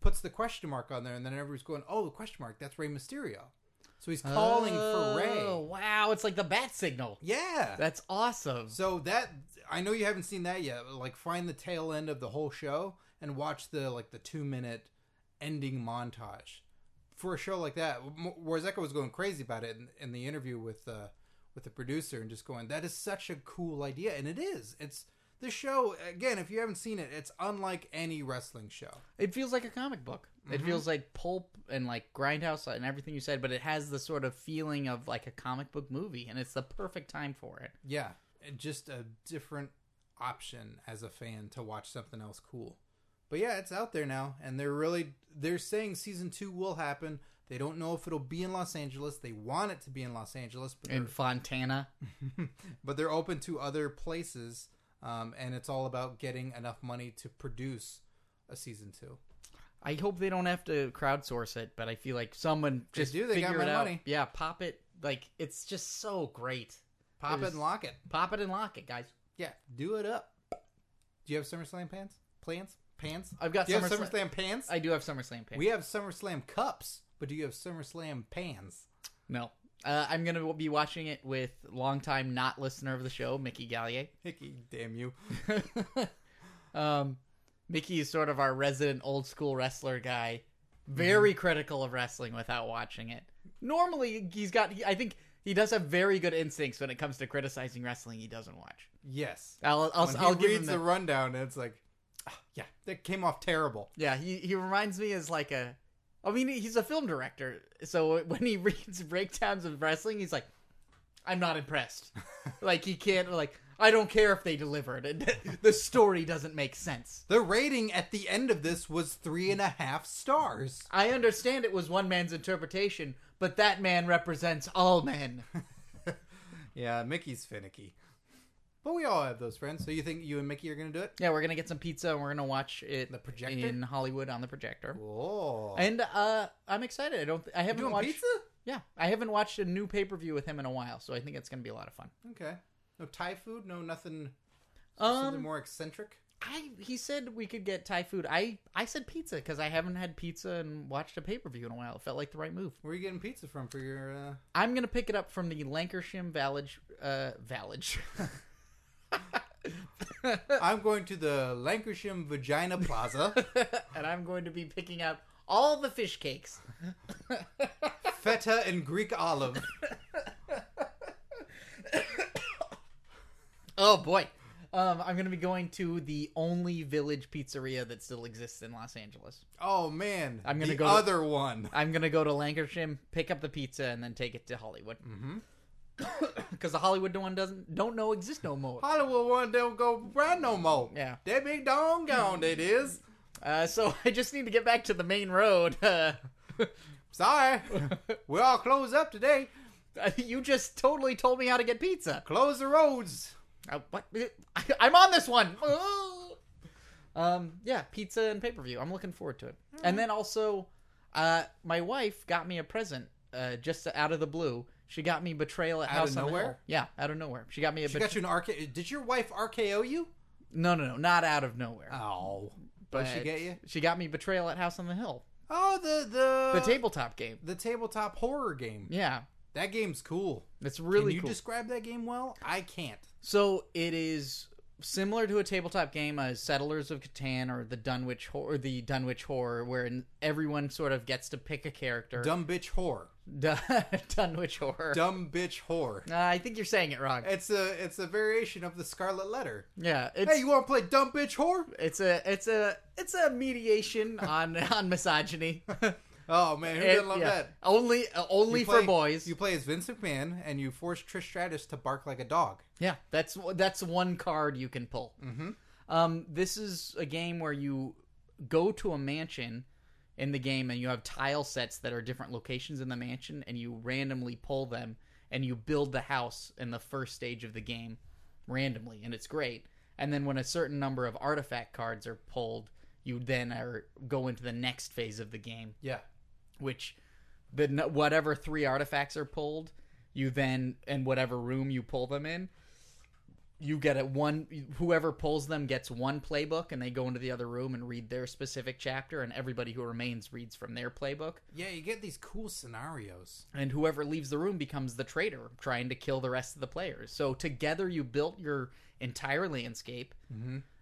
puts the question mark on there and then everybody's going oh the question mark that's Rey mysterio so he's calling for
Oh,
Rey.
Wow, it's like the bat signal.
yeah
That's awesome.
so that i know you haven't seen that yet but, like find the tail end of the whole show and watch the like the two minute ending montage for a show like that M- warzeka was going crazy about it in, in the interview with uh with the producer and just going that is such a cool idea and it is it's the show again if you haven't seen it it's unlike any wrestling show
It feels like a comic book. It feels like pulp and like grindhouse and everything you said, but it has the sort of feeling of like a comic book movie, and it's the perfect time for it.
yeah it- just a different option as a fan to watch something else cool but yeah it's out there now and they're really they're saying season two will happen they don't know if it'll be in los angeles they want it to be in los angeles but
In Fontana,
they're, but they're open to other places um, and it's all about getting enough money to produce a season two
I hope they don't have to crowdsource it, but I feel like someone
They
just
do, they got my
figure it out.
money.
Yeah, pop it. Like it's just so great.
pop it
There's-
and lock it
Pop it and lock it, guys.
yeah do it up do you have summerslam pants plans pants
I've got
do you have
SummerSlam-
summerslam pants
I do have SummerSlam pants.
we have summerslam cups but do you have summerslam pans
no, Uh, I'm going to be watching it with longtime not listener of the show, Mickey Gallier.
Hickey, damn you. [LAUGHS]
um, Mickey is sort of our resident old school wrestler guy.
Mm-hmm.
Very critical of wrestling without watching it. Normally, he's got. He, I think he does have very good instincts when it comes to criticizing wrestling. He doesn't watch.
Yes.
I'll I'll,
When he
I'll give
reads
him
the
that.
rundown, it's like, "Ah, yeah, that came off terrible.
Yeah, he he reminds me as like a. I mean, he's a film director, so [LAUGHS] when he reads breakdowns of wrestling, he's like, "I'm
[LAUGHS]
not impressed." like he can't like. I don't care if they delivered. [LAUGHS] the story doesn't make sense.
The rating at the end of this was three and a half stars.
I understand it was one man's interpretation, but that man represents
[LAUGHS]
all men.
Yeah, Mickey's finicky. But we all have those friends. So you think you and Mickey are going to do it?
yeah, we're gonna get some pizza and we're gonna watch it
The projector?
in Hollywood on the projector.
Oh.
And uh, I'm excited. I don't. I haven't
doing
watched.
pizza?
Yeah, I haven't watched a new pay per view with him in a while, so I think it's gonna be a lot of fun.
Okay. No Thai food? No nothing something
Um,
more eccentric?
I he said we could get Thai food. I I said pizza because I haven't had pizza and watched a pay per view in a while. It felt like the right move.
Where are you getting pizza from for your. Uh...
I'm gonna pick it up from the Lancashire Village. Uh, Village. [LAUGHS] Uh,
I'm going to the Lancashire Vagina
[LAUGHS]
Plaza.
and I'm going to be picking out all the fish cakes.
feta and Greek olive.
Oh boy. Um, I'm going to be going to the only village pizzeria that still exists in Los Angeles.
Oh, man.
I'm gonna
the
go to-
other one.
I'm going to go to Lancashire, pick up the pizza, and then take it to Hollywood. [COUGHS]
Mhm.
Because the Hollywood one doesn't don't know exist no more.
Hollywood one don't go brand no more.
Yeah.
That big dong gone, that is.
Uh, so [LAUGHS] I just need to get back to the main road. Uh, [LAUGHS]
Sorry. we all closed up today.
you just totally told me how to get pizza.
Close the roads.
Uh, what? [LAUGHS] I'm on this one. um, yeah, pizza and pay per view. I'm looking forward to it. And then also, uh, my wife got me a present uh, just out of the blue. She got me Betrayal at
Out of
House on the
nowhere?
Hill. Yeah, out of nowhere. She got me a
She got
bet-
you an RKO. Did your wife RKO you?
no, no, no, not out of nowhere.
Oh. What did she
But
get you?
She got me Betrayal at House on the Hill,
Oh, the the
the tabletop game.
the tabletop horror game.
Yeah,
That game's cool.
it's really
Can you
cool.
describe that game well? I can't.
So it is similar to a tabletop game as Settlers of Catan or the Dunwich Hor- or the Dunwich Horror, where n- everyone sort of gets to pick a character.
Dumb bitch whore.
[LAUGHS] Dun- Dunwich Horror.
Dumb bitch whore.
uh, I think you're saying it wrong.
It's a it's a variation of the Scarlet Letter.
yeah, it's
Hey, you want to play dumb bitch
[LAUGHS]
whore?
it's a it's a it's a mediation on [LAUGHS]
[LAUGHS]
on misogyny. Who
Oh man, who didn't love that?
Only uh, only
You
for
play-
boys.
You play as Vince McMahon and you force Trish Stratus to bark like a dog.
Yeah, that's that's one card you can pull. Mm-hmm. Um, this is a game where you go to a mansion in the game, and you have tile sets that are different locations in the mansion, and you randomly pull them, and you build the house in the first stage of the game randomly, and it's great. And then when a certain number of artifact cards are pulled, you then are go into the next phase of the game,
Yeah.
which the n- whatever three artifacts are pulled, you then and whatever room you pull them in, you get a one. Whoever pulls them gets one playbook, and they go into the other room and read their specific chapter, and everybody who remains reads from their playbook.
Yeah, you get these cool scenarios.
And whoever leaves the room becomes the traitor, trying to kill the rest of the players. So together, you built your entire landscape,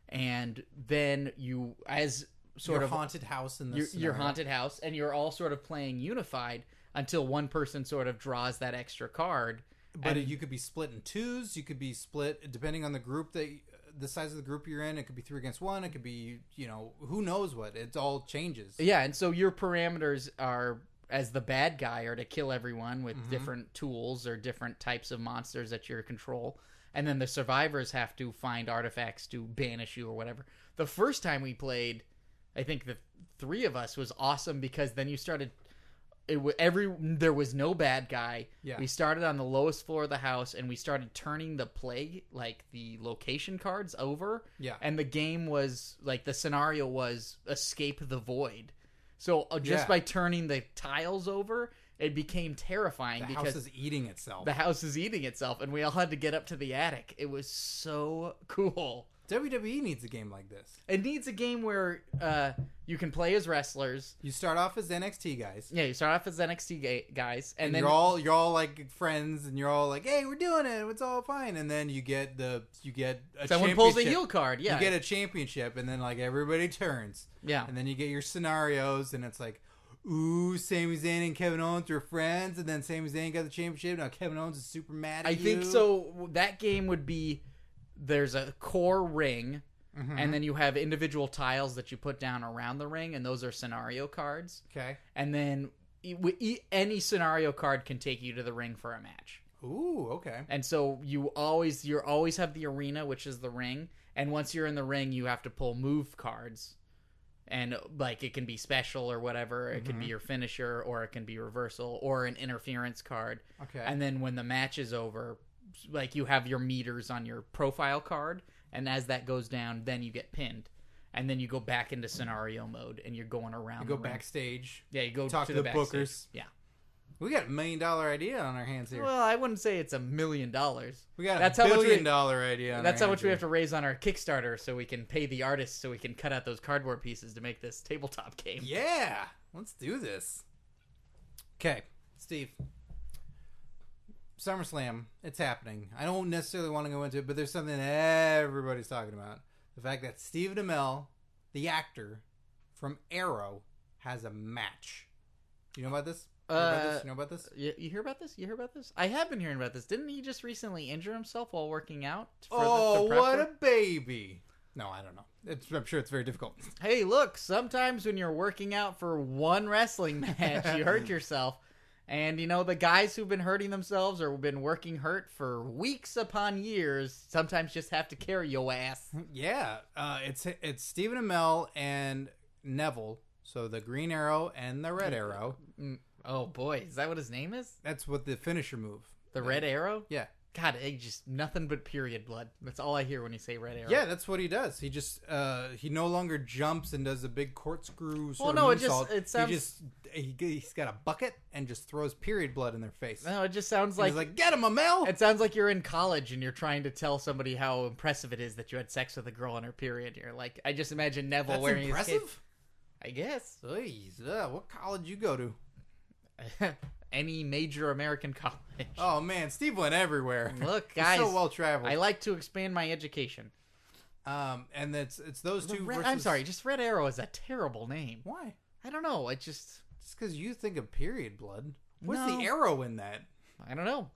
and then you, as sort
your
of
haunted house in
your,
this
your
scenario.
haunted house, and you're all sort of playing unified until one person sort of draws that extra card.
But you could be split in twos. You could be split depending on the group that the size of the group you're in. It could be three against one. It could be you know who knows what. It all changes.
Yeah, and so your parameters are as the bad guy are to kill everyone with
Mm-hmm.
different tools or different types of monsters at your control. And then the survivors have to find artifacts to banish you or whatever. The first time we played, I think the three of us was awesome because then you started it wa every there was no bad guy.
Yeah.
We started on the lowest floor of the house and we started turning the play like the location cards over.
Yeah.
And the game was like the scenario was escape the void. So uh, just
Yeah.
by turning the tiles over, it became terrifying
the
because
house is eating itself.
the house is eating itself and we all had to get up to the attic. It was so cool.
WWE E needs a game like this.
It needs a game where uh, you can play as wrestlers.
You start off as NXT guys.
Yeah, you start off as NXT ga- guys, and,
And,
then
you're all you're all like friends, and you're all like, "Hey, we're doing it. It's all fine." And then you get the you get a
someone pulls a
championship.
heel card. Yeah,
You get a championship, and then like everybody turns,
yeah.
and then you get your scenarios, and it's like, "Ooh, Sami Zayn and Kevin Owens were friends," and then Sami Zayn got the championship. Now Kevin Owens is super mad. at
I think
you.
so. That game would be there's a core ring,
Mhm.
and then you have individual tiles that you put down around the ring, and those are scenario cards.
Okay.
And then e- wi- e- any scenario card can take you to the ring for a match.
Ooh. Okay.
And so you always you always have the arena, which is the ring, and once you're in the ring, you have to pull move cards. And like it can be special or whatever, it could be your finisher or it can be reversal or an interference card.
Okay.
And then when the match is over, like you have your meters on your profile card, and as that goes down, then you get pinned, and then you go back into scenario mode, and you're going around.
you go
the ring.
backstage.
Yeah, you go
talk
to
to
the,
the
backstage.
bookers.
Yeah.
We got a million dollar idea on our hands here.
Well, I wouldn't say it's a million dollars.
we got a
that's how much we-
billion dollar idea. On
That's
our
how much
hands
we
here.
have to raise on our Kickstarter so we can pay the artists so we can cut out those cardboard pieces to make this tabletop game.
Yeah, let's do this. Okay, Steve. SummerSlam, it's happening. I don't necessarily want to go into it, but there's something that everybody's talking about. The fact that Steve DeMille, the actor from Arrow, has a match. You know about this? You know about
Uh,
this? You know about this?
You, you hear about this? You hear about this? I have been hearing about this. Didn't he just recently injure himself while working out? for the- to
Oh,
prep
what
for-
a baby. No, I don't know. It's, I'm sure it's very difficult. [LAUGHS]
Hey, look, sometimes when you're working out for one
[LAUGHS]
wrestling match, you hurt yourself. And, you know, the guys who've been hurting themselves or been working hurt for weeks upon years sometimes just have to carry your ass.
Yeah, uh, it's it's Stephen Amell and Neville, so the Green Arrow and the Red Arrow.
Oh, boy. Is that what his name is?
That's what the finisher move.
The Red Arrow?
Yeah,
God, it just nothing but period blood. That's all I hear when you say Red Arrow.
yeah, that's what he does. He just uh, he no longer jumps and does a big corkscrew. Sort
Well, no,
of
it just-
moonsault.
it sounds-
He just he, he's got a bucket and just throws period blood in their face.
No, it just sounds like,
he's like, get him, Amell.
it sounds like you're in college and you're trying to tell somebody how impressive it is that you had sex with a girl on her period. You're like, I just imagine Neville
That's
wearing his cape.
impressive.
I guess.
Jeez, uh, what college you go to?
[LAUGHS] any major American college.
Oh man, Steve went everywhere.
Look,
[LAUGHS] He's
guys,
so well traveled.
I like to expand my education.
um, and it's it's those two.
Red- I'm
versus-
sorry, just Red Arrow is a terrible name.
Why?
I don't know. I just,
Just because you think of period blood. What's
No.
the arrow in that?
I
[LAUGHS]
don't know.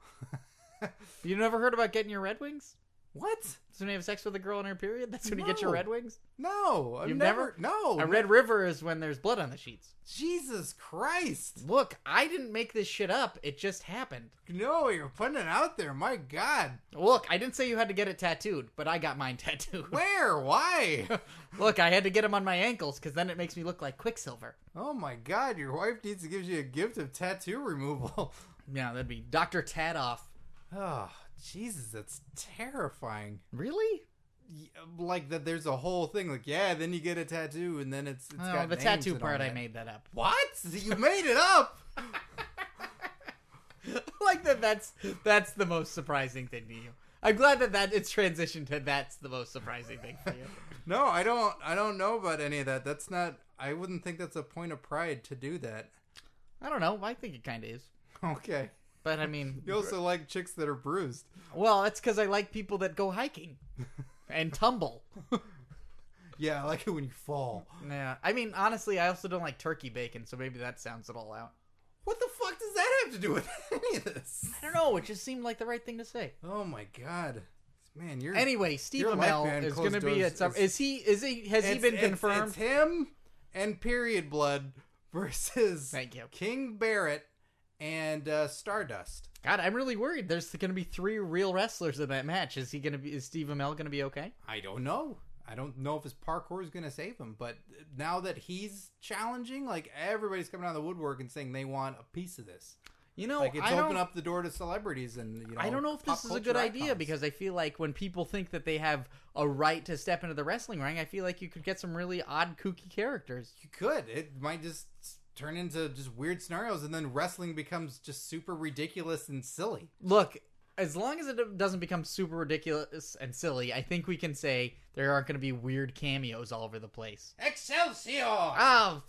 you never heard about getting your Red Wings?
What?
That's when you have sex with a girl on her period. That's when you get your
No.
Red Wings.
No, I've
You've
never,
never-
No,
a Red River is when there's blood on the sheets.
Jesus Christ!
Look, I didn't make this shit up. It just happened.
No, you're putting it out there. My God,
Look, I didn't say you had to get it tattooed, but I got mine [LAUGHS] tattooed.
where? Why? [LAUGHS]
Look, I had to get them on my ankles because then it makes me look like Quicksilver.
oh my God, your wife needs to give you a gift of tattoo removal. [LAUGHS]
Yeah, that'd be Dr. Tadoff.
oh, Jesus, that's terrifying.
Really?
Y- Like that, there's a whole thing. Like, yeah, then you get a tattoo, and then it's, it's
Oh,
got
the
names
tattoo
and all
part, I
that.
made that up.
What? You made it up?
[LAUGHS]
[LAUGHS]
like that. That's that's the most surprising thing to you. I'm glad that that it's transitioned to that's the most surprising thing for you.
No, I don't. I don't know about any of that. That's not. I wouldn't think that's a point of pride to do that.
[LAUGHS]
[LAUGHS]
I don't know. I think it kind of is,
Okay.
but I [LAUGHS] mean,
You also like chicks that are bruised.
well, that's because I like people that go [LAUGHS] hiking and tumble.
Yeah, I like it when you fall.
Yeah, I mean, honestly, I also don't like turkey bacon, so maybe that sounds it all out.
What the fuck does that have to do with [LAUGHS] any of this?
I don't know. It just seemed like the right thing to say.
Oh my god, man, you're.
Anyway, Steve
Your life
Amell
behind
is
closed
going to be
doors
at some.
is-
Is he? Is he? Has he
It's-
been
it's-
confirmed?
It's him and period blood versus
Thank you.
King Barrett and uh, Stardust.
God, I'm really worried. There's going to be three real wrestlers in that match. Is he going to be? Is Steve Amell going to be okay?
I don't know. I don't know if his parkour is going to save him, but now that he's challenging, like everybody's coming out of the woodwork and saying they want a piece of this.
You know,
Like it's
I don't.
opened up the door to celebrities and you know.
I don't know if
pop
this is a
culture
good idea
icons.
because I feel like when people think that they have a right to step into the wrestling ring, I feel like you could get some really odd, kooky characters.
you could. It might just turn into just weird scenarios, and then wrestling becomes just super ridiculous and silly.
Look, as long as it doesn't become super ridiculous and silly, I think we can say there aren't going to be weird cameos all over the place.
Excelsior!
Oh, [LAUGHS]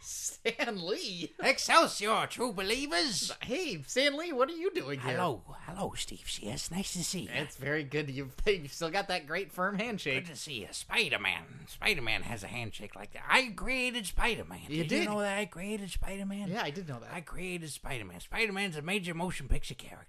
Stan Lee.
Excelsior, true believers!
Hey, Stan Lee, what are you doing here?
hello, Steve Sears. Nice to see you.
It's very good. You've, you've still got that great firm handshake.
to see you. Spider Man. Spider Man has a handshake like that. I created Spider Man.
You did.
that I created Spider Man?
Yeah, I did know that.
created Spider Man. Spider Man's a major motion picture character.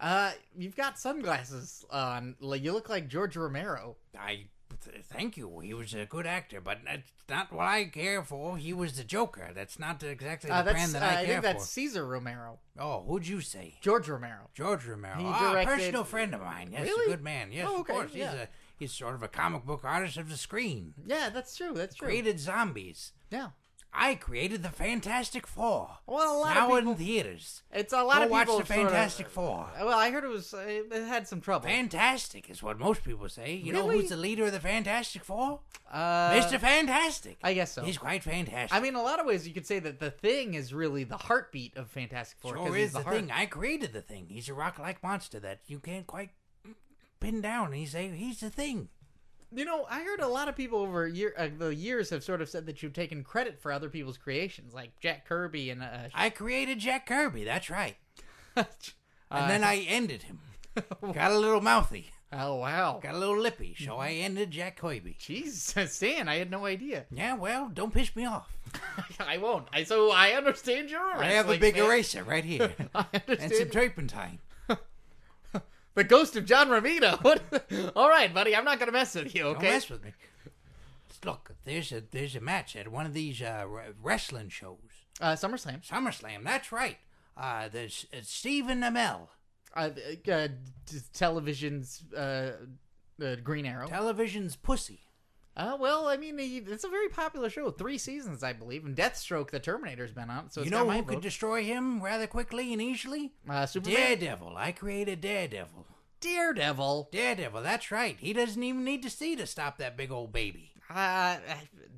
Uh, you've got sunglasses on. Like, You look like George Romero.
I th- thank you. He was a good actor, but that's not what I care for. He was the Joker. That's not exactly the
Uh, that's,
brand that
uh,
I
I
care
think that's Caesar Romero.
for. Oh, who'd you say?
George Romero.
George Romero.
He
Ah, a
directed-
personal friend of mine. Yes,
Really?
a good man. Yes,
Oh, okay,
of course. He's
yeah.
a he's sort of a comic book artist of the screen.
Yeah, that's true. That's true.
Created zombies.
Yeah.
I created the Fantastic Four.
Well, a lot
now
of people.
in theaters.
It's a lot
Go
of
watch
people.
the
sort of-
Fantastic Four.
well, I heard it was uh, it had some trouble.
Fantastic is what most people say. You know
Really?
who's the leader of the Fantastic Four?
uh,
Mr. Fantastic.
I guess so.
He's quite fantastic.
I mean, in a lot of ways, you could say that the thing is really the heartbeat of Fantastic Four. 'cause
Sure
he's
is the,
heart.
thing. I created the thing. He's a rock-like monster that you can't quite pin down. He's a he's the thing.
You know, I heard a lot of people over year, uh, the years have sort of said that you've taken credit for other people's creations, like Jack Kirby and. Uh, [LAUGHS]
I created Jack Kirby. That's right.
and Uh,
And then I ended
[LAUGHS]
him. Got a little mouthy.
Oh wow!
Got a little lippy. So I ended Jack Kirby.
Jeez, Stan, I had no idea. [LAUGHS]
Yeah, well, don't piss me off.
I won't. I so I understand your.
I have a big eraser right here
[LAUGHS] I
and
understand.
some turpentine.
The ghost of John Romita. [LAUGHS] What? All right, buddy. I'm not gonna mess with you.
Don't
Okay.
mess with me. Look, there's a there's a match at one of these uh, wre- wrestling shows.
Uh, SummerSlam.
SummerSlam. That's right. Uh, there's uh, Stephen Amell.
Uh, uh, t- television's uh, uh, Green Arrow.
Television's pussy.
Uh, well, I mean, he- it's a very popular show. Three seasons, I believe. And Deathstroke, the Terminator's been on. So it's
You
got
know
my
who
vote.
could destroy him rather quickly and easily?
uh, Superman.
Daredevil. I created Daredevil.
Daredevil.
Daredevil, that's right. He doesn't even need to see to stop that big old baby.
Uh,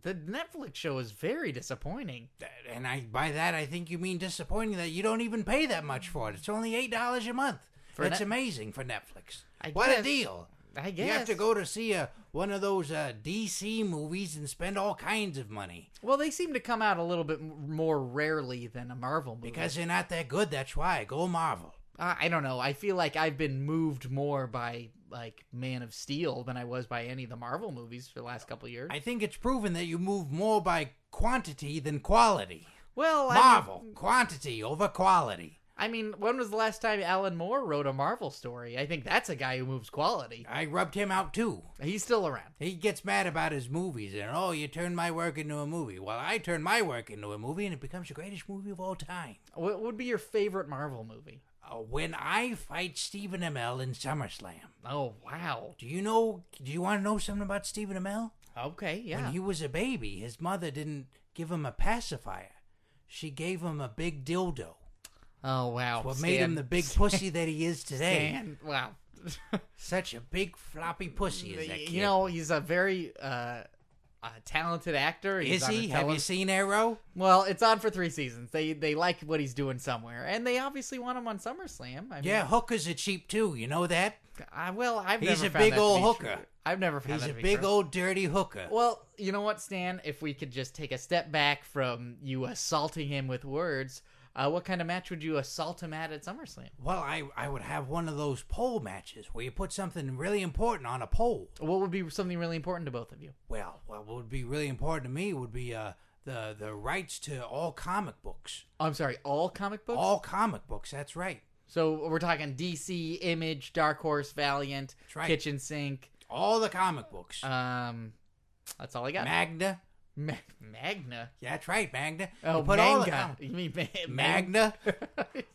the Netflix show is very disappointing.
Th- And I by that I think you mean disappointing that you don't even pay that much for it. It's only eight dollars a month.
For
that's
Net-
amazing for Netflix.
I
what a
guess.
deal.
I guess
You have to go to see a, one of those uh, DC movies and spend all kinds of money
Well, they seem to come out a little bit m- more rarely than a Marvel movie.
because they're not that good. That's why. Go Marvel.
uh, I don't know. I feel like I've been moved more by like Man of Steel than I was by any of the Marvel movies for the last couple of years.
I think it's proven that you move more by quantity than quality.
well,
Marvel, quantity over quality.
I mean, I mean, when was the last time Alan Moore wrote a Marvel story? I think that's a guy who moves quality.
I rubbed him out too.
He's still around.
He gets mad about his movies and, oh, you turned my work into a movie. Well, I turned my work into a movie and it becomes the greatest movie of all time.
What would be your favorite Marvel movie?
Uh, when I fight Stephen Amell in SummerSlam,
Oh wow.
do you know, do you want to know something about Stephen Amell?
Okay, yeah.
When he was a baby, his mother didn't give him a pacifier. She gave him a big dildo.
oh wow.
What made him
Stan-
the big pussy that he is today.
Stan. Wow. [LAUGHS]
Such a big floppy pussy is that kid.
you know, he's a very uh, uh talented actor. He's
is
on
he?
the
Have
tele-
you seen Arrow?
Well, it's on for three seasons. They they like what he's doing somewhere, and they obviously want him on SummerSlam. I mean,
Yeah, hookers are cheap too. You know that?
I, well, I've
He's
never
a
found
big
that to
old
be
hooker.
true. I've never found
He's
that
a
to be
big
true.
old dirty hooker.
Well, you know what, Stan? If we could just take a step back from you assaulting him with words, uh, what kind of match would you assault him at at SummerSlam?
Well, I I would have one of those pole matches where you put something really important on a pole.
What would be something really important to both of you?
Well, what would be really important to me would be uh the the rights to all comic books.
I'm sorry, all comic books.
All comic books. That's right.
so we're talking DC, Image, Dark Horse, Valiant,
That's right.
Kitchen Sink.
All the comic books.
Um, that's all I got.
Magna.
Ma- Magna.
Yeah, that's right, Magna.
Oh,
You put all the
manga.
com-
You mean ma-
Magna.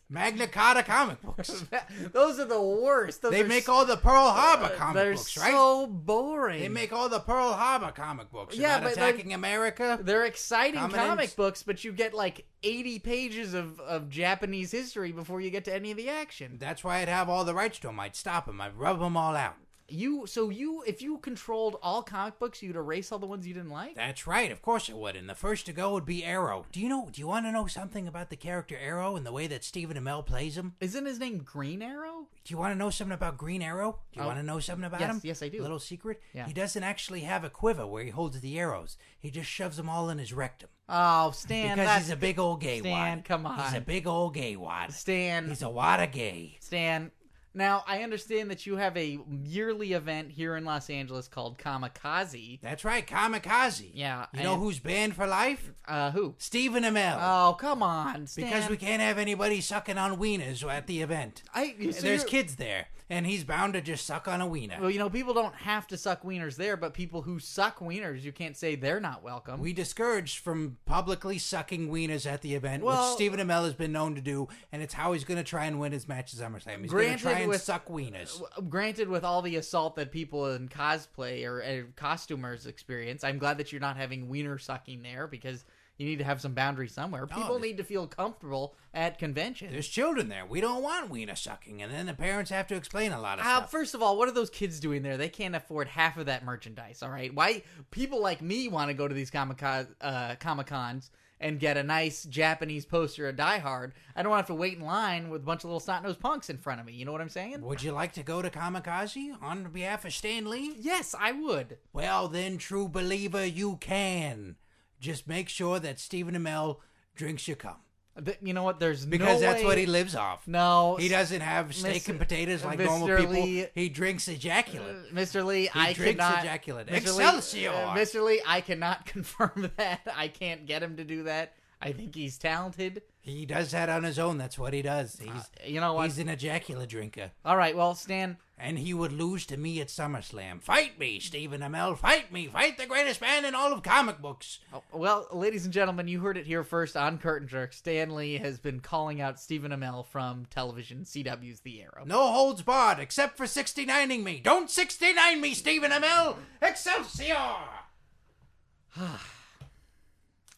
Magna Carta comic books.
[LAUGHS] Those are the worst. Those
They
are
make
so-
all the Pearl Harbor
uh,
comic
they're
books, right?
so boring.
They make all the Pearl Harbor comic books
Yeah,
about
but, like-
attacking America.
They're exciting
Common
comic
ins-
books, but you get like 80 pages of, of Japanese history before you get to any of the action.
That's why I'd have all the rights to them. I'd stop them. I'd rub them all out.
You so you if you controlled all comic books, you'd erase all the ones you didn't like.
That's right, of course it would. And the first to go would be Arrow. Do you know? Do you want to know something about the character Arrow and the way that Stephen Amell plays him?
Isn't his name Green Arrow?
Do you want to know something about Green Arrow? Do you
Oh.
want to know something about
Yes,
him?
yes, I do.
Little secret.
Yeah.
He doesn't actually have a quiver where he holds the arrows. He just shoves them all in his rectum
Oh, Stan.
because
that's-
he's a big old gay
Stan,
wad.
come
He's a
on.
big old gay wad.
Stan.
He's a wad of gay.
Stan. Now I understand that you have a yearly event here in Los Angeles called Kamikaze.
That's right, Kamikaze.
Yeah,
You know
and-
who's banned for life?
Uh, who?
Stephen Amell.
Oh, come on, Stan.
because we can't have anybody sucking on wieners at the event.
I so
There's
you're-
kids there, and he's bound to just suck on a wiener.
Well, you know, people don't have to suck wieners there, but people who suck wieners, you can't say they're not welcome.
We discouraged from publicly sucking wieners at the event,
Well-
which Stephen Amell has been known to do, and it's how he's going to try and win his matches. I'm saying he's going
Granted,
to try and
with-
suck wieners.
W- Granted, with all the assault that people in cosplay or uh, costumers experience, I'm glad that you're not having wiener sucking there because you need to have some boundaries somewhere. People
there's-
need to feel comfortable at conventions.
There's children there. We don't want wiener sucking, and then the parents have to explain a lot of
Uh,
stuff.
first of all, what are those kids doing there? They can't afford half of that merchandise. All right, why people like me want to go to these comic uh, comic cons and get a nice Japanese poster of Die Hard? I don't have to wait in line with a bunch of little snot nosed punks in front of me. You know what I'm saying?
Would you like to go to Kamikaze on behalf of Stan Lee?
Yes, I would.
Well, then, true believer, you can. Just make sure that Stephen Amell drinks your cum.
Th- You know what? There's
Because
no
that's
way-
what he lives off.
No,
He doesn't have steak
Listen,
and potatoes like
Mr.
normal people.
Lee-
He drinks ejaculate.
Mr. uh, Lee, I
drinks
cannot.
ejaculate.
Mr. Lee-
Excelsior!
uh, Mr. Lee, I cannot [LAUGHS] confirm that. I can't get him to do that. I think he's talented.
He does that on his own. That's what he does. He's
Uh, You know what?
he's an ejaculate drinker,
All right. Well, Stan.
and he would lose to me at SummerSlam. Fight me, Stephen Amell. Fight me. Fight the greatest man in all of comic books.
Oh, Well, ladies and gentlemen, you heard it here first on Curtain Jerk. Stan Lee has been calling out Stephen Amell from television CW's The Arrow.
No holds barred, except for 69ing me. Don't 69 me, Stephen Amell. Excelsior!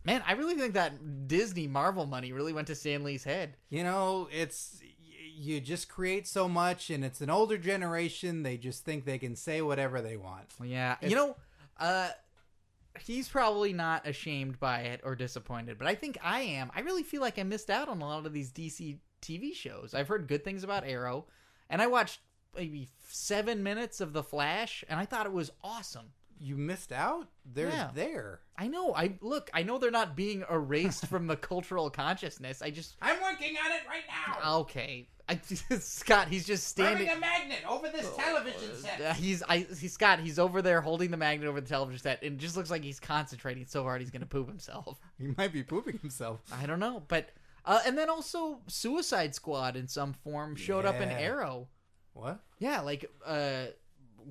Man, I really think that Disney Marvel money really went to Stan Lee's head.
You know, it's y- you just create so much, and it's an older generation. They just think they can say whatever they want.
Yeah. you know, uh, he's probably not ashamed by it or disappointed, but I think I am. I really feel like I missed out on a lot of these DC TV shows. I've heard good things about Arrow, and I watched maybe seven minutes of The Flash, and I thought it was awesome.
You missed out. They're
Yeah.
there.
I know. I look. I know they're not being erased from the cultural consciousness. I just
I'm working on it right
Oh,
now.
okay. I, [LAUGHS] Scott, he's just standing.
Burning a magnet over this television
Uh,
set.
he's I, he's Scott. He's over there holding the magnet over the television set, and it just looks like he's concentrating so hard he's gonna poop himself.
He might be pooping himself.
I don't know, but uh, and then also Suicide Squad in some form showed up in
Yeah.
Arrow.
What?
Yeah, like uh,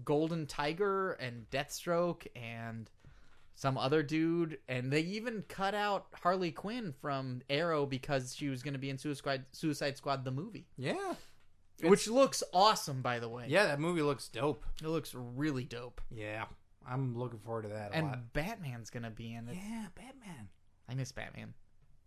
Golden Tiger and Deathstroke and some other dude, and they even cut out Harley Quinn from Arrow because she was going to be in Suicide Suicide Squad the movie,
Yeah.
which looks awesome, by the way.
Yeah, that movie looks dope.
it looks really dope.
Yeah. I'm looking forward to that a
And
lot.
Batman's going to be in it.
Yeah, Batman.
I miss Batman.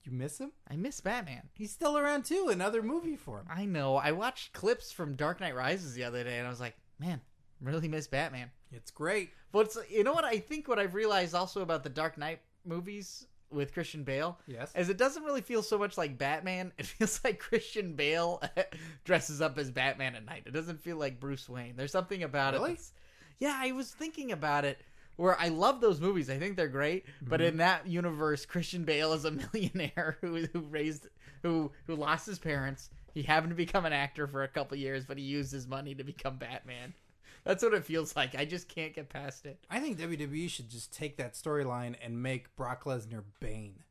You miss him?
I miss Batman.
He's still around too. Another movie for him.
I know. I watched clips from Dark Knight Rises the other day, and I was like, man, really miss Batman.
It's great.
But it's- you know what? I think what I've realized also about the Dark Knight movies with Christian Bale
Yes.
is it doesn't really feel so much like Batman. [LAUGHS] It feels like Christian Bale [LAUGHS] dresses up as Batman at night. It doesn't feel like Bruce Wayne. There's something about
Really?
it. that's- Yeah, I was thinking about it. Where I love those movies, I think they're great. But in that universe, Christian Bale is a [LAUGHS] millionaire who who raised who who lost his parents. He happened to become an actor for a couple years, but he used his money to become Batman. [LAUGHS] That's what it feels like. I just can't get past it.
I think
E
WWE should just take that storyline and make Brock Lesnar Bane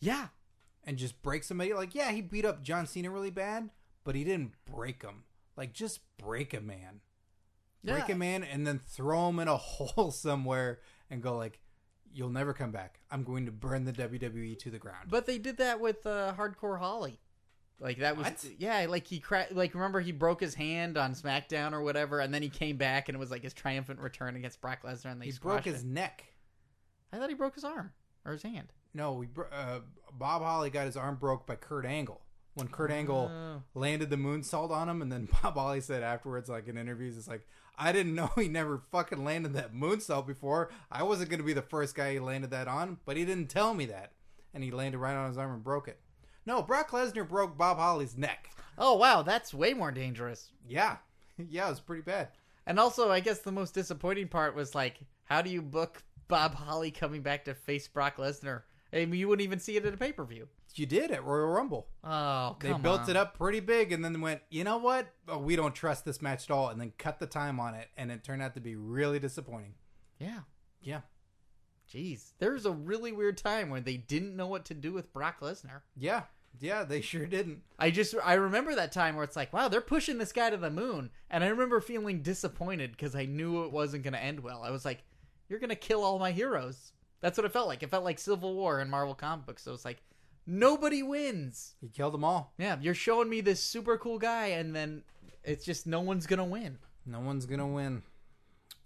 Yeah,
and just break somebody. Like, yeah, he beat up John Cena really bad, but he didn't break him. Like, just break a man. Break
Yeah.
a man and then throw him in a [LAUGHS] hole somewhere and go like, "You'll never come back. I'm going to burn the WWE to the ground."
But they did that with uh, Hardcore Holly. Like that was
What?
yeah, like he cra- like remember he broke his hand on SmackDown or whatever, and then he came back and it was like his triumphant return against Brock Lesnar, and they
he
squashed
broke his
it.
neck.
I thought he broke his arm or his hand.
No, we br- uh, Bob Holly got his arm broke by Kurt Angle. when Kurt Angle
Oh.
landed the moonsault on him, and then [LAUGHS] Bob Ollie said afterwards, like in interviews, it's like I didn't know [LAUGHS] he never fucking landed that moonsault before. I wasn't gonna be the first guy he landed that on, but he didn't tell me that, and he landed right on his arm and broke it. No, Brock Lesnar broke Bob Holly's neck.
Oh wow, that's way more dangerous.
Yeah, [LAUGHS] yeah, it was pretty bad.
And also, I guess the most disappointing part was like, how do you book Bob Holly coming back to face Brock Lesnar? I mean, you wouldn't even see it at a pay per view.
You did at Royal Rumble.
Oh,
They built it up pretty big and then went, you know what? Oh, we don't trust this match at all. And then cut the time on it. And it turned out to be really disappointing.
Yeah.
Yeah.
Jeez, there was a really weird time when they didn't know what to do with Brock Lesnar.
Yeah. Yeah. They [LAUGHS] sure didn't.
I just I remember that time where it's like, wow, they're pushing this guy to the moon, and I remember feeling disappointed because I knew it wasn't going to end well. I was like, you're going to kill all my heroes. That's what it felt like. It felt like Civil War in Marvel comic books. So it's like nobody wins.
He killed them all.
Yeah, you're showing me this super cool guy, and then it's just no one's going to win.
No one's going to win.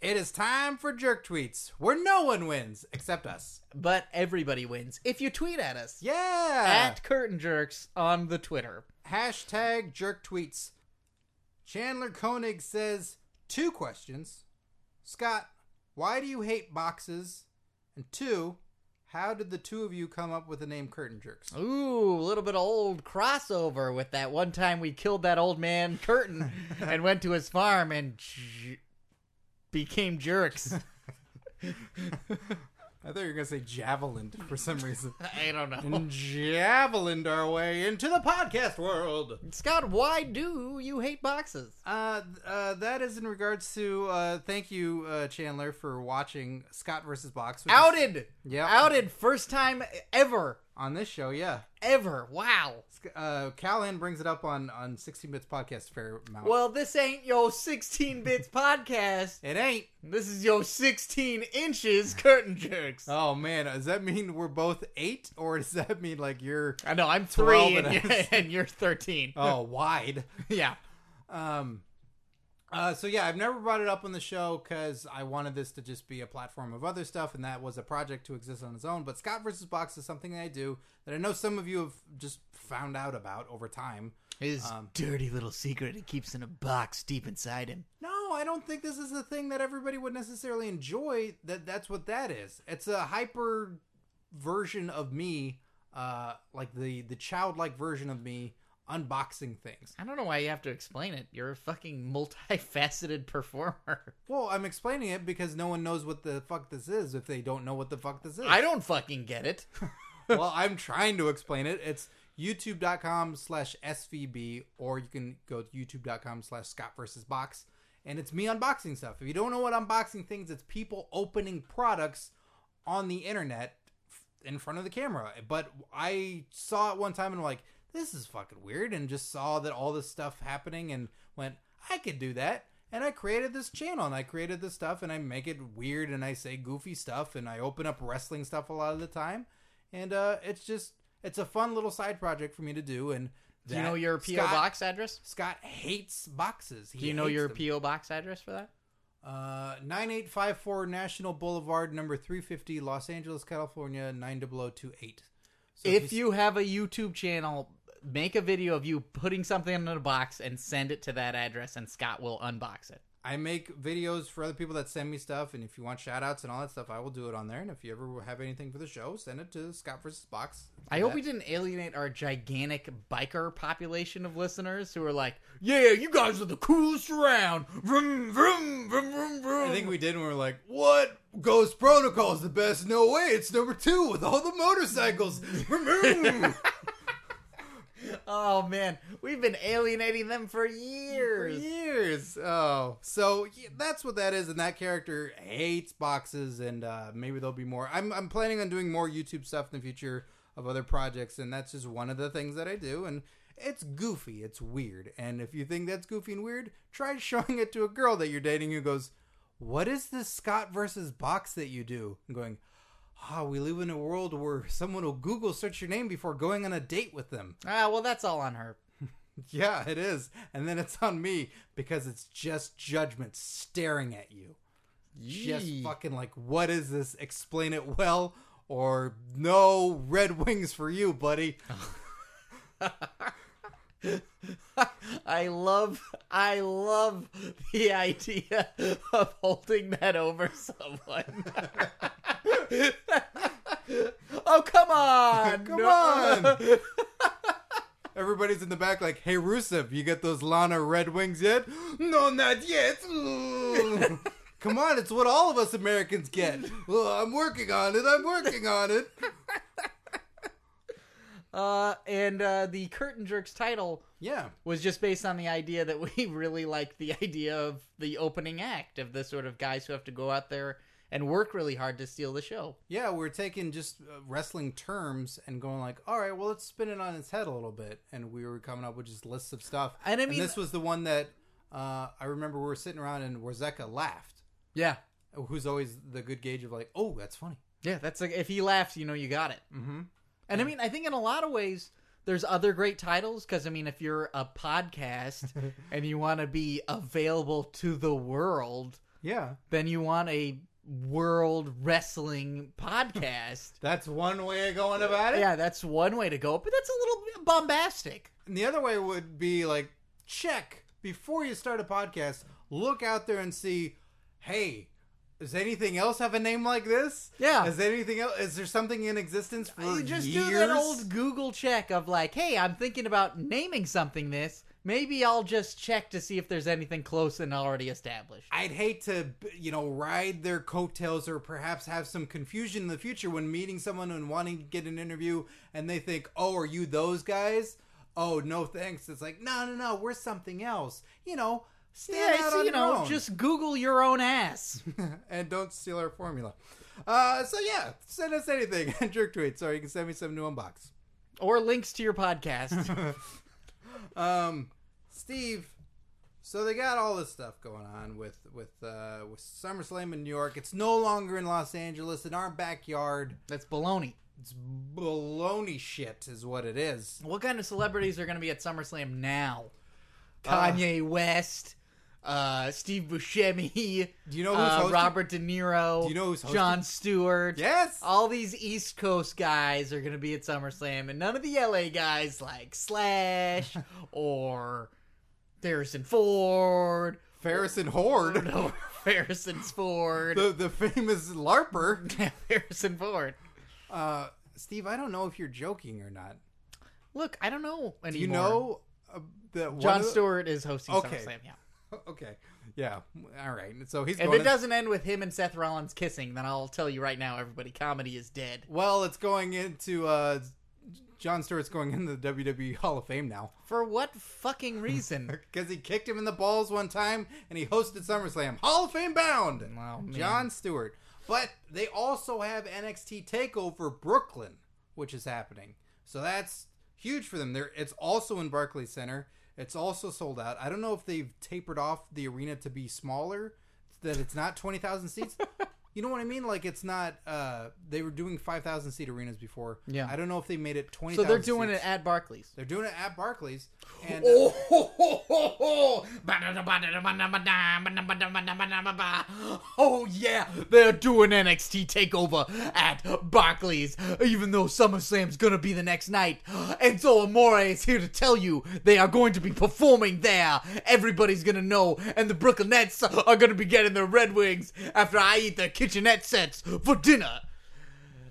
It is time for jerk tweets where no one wins except us.
But everybody wins if you tweet at us
Yeah.
at Curtain Jerks on the Twitter.
Hashtag jerk tweets. Chandler Koenig says two questions. Scott, why do you hate boxes? And two, how did the two of you come up with the name Curtain
[LAUGHS]
Jerks? [LAUGHS]
Ooh, a little bit of old crossover with that one time we killed that old man Curtin and went to his farm and j- became jerks. [LAUGHS]
I thought you were gonna say javelin for some reason.
I don't know.
and javelined our way into the podcast world.
Scott, why do you hate boxes?
Uh, th- uh, that is in regards to uh, thank you, uh, Chandler, for watching Scott versus Box. which is
Outed.
Yep.
Outed. First time ever.
on this show, yeah.
Ever. Wow.
Sc- Uh, Callahan brings it up on on 16 Bits podcast fair amount.
Well, this ain't yo 16 bits podcast.
it ain't.
This is yo 16 inches curtain jerks.
Oh man, does that mean we're both eight, or does that mean like you're
I know I'm
12
three and,
and
you're,
us.
[LAUGHS] and you're 13.
oh wide?
Yeah.
Um, uh, so yeah, I've never brought it up on the show because I wanted this to just be a platform of other stuff, and that was a project to exist on its own. But Scott versus Box is something that I do that I know some of you have just found out about over time.
His
Um,
dirty little secret he keeps in a box deep inside him.
No, I don't think this is the thing that everybody would necessarily enjoy. That that's what that is. It's a hyper version of me, uh, like the the childlike version of me unboxing things.
I don't know why you have to explain it. You're a fucking [LAUGHS] multifaceted [LAUGHS] performer.
Well, I'm explaining it because no one knows what the fuck this is if they don't know what the fuck this is.
I don't fucking get it.
well, I'm trying to explain it. It's youtube.com slash SVB, or you can go to youtube.com slash Scott versus Box. And it's me unboxing stuff. If you don't know what unboxing things, it's people opening products on the internet f- in front of the camera. But I saw it one time and like, this is fucking weird, and just saw that all this stuff happening and went, I could do that. And I created this channel and I created this stuff and I make it weird and I say goofy stuff and I open up wrestling stuff a lot of the time and uh, it's just it's a fun little side project for me to do. And
Do you know
that-
your PO
Scott,
box address?
Scott hates boxes. He
Do you know
hates
your
them.
PO box address for that?
Uh, nine eight five four National Boulevard, number three fifty, Los Angeles, California nine double oh. zero two eight. So
if you have a YouTube channel, make a video of you putting something in a box and send it to that address, and Scott will unbox it.
I make videos for other people that send me stuff, and if you want shout outs and all that stuff, I will do it on there. And if you ever have anything for the show, send it to Scott versus Box.
I hope we didn't alienate our gigantic biker population of listeners who are like, "Yeah, you guys are the coolest around." Vroom, vroom, vroom, vroom, vroom.
I think we did, and we were like, "What? Ghost Protocol is the best? No way! It's number two with all the motorcycles." [LAUGHS]
Oh man, we've been alienating them for
for
years.
years. Oh, so yeah, that's what that is, and that character hates boxes, and uh, maybe there'll be more. I'm I'm planning on doing more YouTube stuff in the future of other projects, and that's just one of the things that I do, and. It's goofy. It's weird. And if you think that's goofy and weird, try showing it to a girl that you're dating who goes, What is this Scott versus box that you do? And going, Ah, we live in a world where someone will Google search your name before going on a date with them.
Ah, well, that's all on her. [LAUGHS]
Yeah, it is. And then it's on me because it's just judgment staring at you. Just
Yee.
fucking like, what is this? Explain it well, or no red wings for you, buddy.
I love, I love the idea of holding that over someone. [LAUGHS] oh come on!
Come
no.
on! Everybody's in the back like, hey, Rusev, you get those Lana Red Wings yet? No, not yet. [LAUGHS] Ooh. Come on, it's what all of us Americans get. Oh, I'm working on it. I'm working on it.
[LAUGHS] Uh, and uh, the Curtain Jerks title
Yeah.
was just based on the idea that we [LAUGHS] really liked the idea of the opening act of the sort of guys who have to go out there and work really hard to steal the show.
Yeah, we're taking just uh, wrestling terms and going like, all right, well, let's spin it on its head a little bit. And we were coming up with just lists of stuff.
And I mean-
this was the one that uh, I remember we were sitting around and Warzeka laughed,
Yeah,
who's always the good gauge of like, oh, that's funny.
yeah. That's like if he laughs, you know, you got it.
Mm-hmm.
And I mean, I think in a lot of ways, there's other great titles because I mean, if you're a podcast [LAUGHS] and you want to be available to the world,
Yeah.
then you want a world wrestling podcast. [LAUGHS]
That's one way of going about it.
yeah, that's one way to go, but that's a little bit bombastic.
And the other way would be like, check before you start a podcast, look out there and see, hey, does anything else have a name like this?
Yeah.
Is anything else? Is there something in existence for
You just
years?
do that old Google check of like, hey, I'm thinking about naming something this. Maybe I'll just check to see if there's anything close and already established.
I'd hate to, you know, ride their coattails or perhaps have some confusion in the future when meeting someone and wanting to get an interview and they think, oh, are you those guys? Oh, no thanks. It's like, no, no, no, we're something else. You know, stand
Yeah,
out
so,
on
you
your
know,
own.
just Google your own ass.
[LAUGHS]
[LAUGHS]
and don't steal our formula. Uh, so yeah, send us anything. [LAUGHS] Jerk tweet. Sorry, you can send me some new unbox.
or links to your podcast. [LAUGHS]
Um, Steve. So they got all this stuff going on with with uh, with SummerSlam in New York. It's no longer in Los Angeles, in our backyard.
That's baloney.
It's baloney shit, is what it is.
What kind of celebrities are going to be at SummerSlam now?
Uh,
Kanye West, uh, Steve Buscemi,
Do you know who's
[LAUGHS] uh,
hosting?
Robert De Niro,
Do you know who's hosting?
John Stewart.
Yes.
All these East Coast guys are going to be at SummerSlam, and none of the LA guys
[LAUGHS]
like Slash or Harrison Ford [LAUGHS]
Ferris and Horde,
or Harrison Ford.
the the famous LARPer.
[LAUGHS] Harrison Ford.
Uh, Steve, I don't know if you're joking or not.
Look, I don't know anymore.
Do you know uh, that one
John
of the-
Stewart is hosting
Okay.
SummerSlam. Yeah.
[LAUGHS] Okay. Yeah. All right. So he's
If
going
it
in-
doesn't end with him and Seth Rollins kissing, then I'll tell you right now, everybody, comedy is dead.
Well, it's going into uh John Stewart's going into the WWE Hall of Fame now
For what
[LAUGHS]
fucking reason?
because he kicked him in the balls one time and he hosted SummerSlam Hall of Fame bound.
Wow, man.
John Stewart. But they also have NXT Takeover Brooklyn, which is happening. So that's huge for them. There, it's also in Barclays Center. It's also sold out. I don't know if they've tapered off the arena to be smaller, that it's not twenty thousand
[LAUGHS]
seats. you know what I mean? Like it's not. Uh, they were doing five thousand seat arenas before.
Yeah.
I don't know if they made it twenty.
so they're doing it
At-
at Barclays.
they're doing it at Barclays. And,
Oh, ho, ho, ho, ho. Oh, yeah, they're doing NXT Takeover at Barclays, even though SummerSlam's gonna be the next night. And so Amore is here to tell you they are going to be performing there. Everybody's gonna know, and the Brooklyn Nets are gonna be getting their Red Wings after I eat their kitchenette sets for dinner.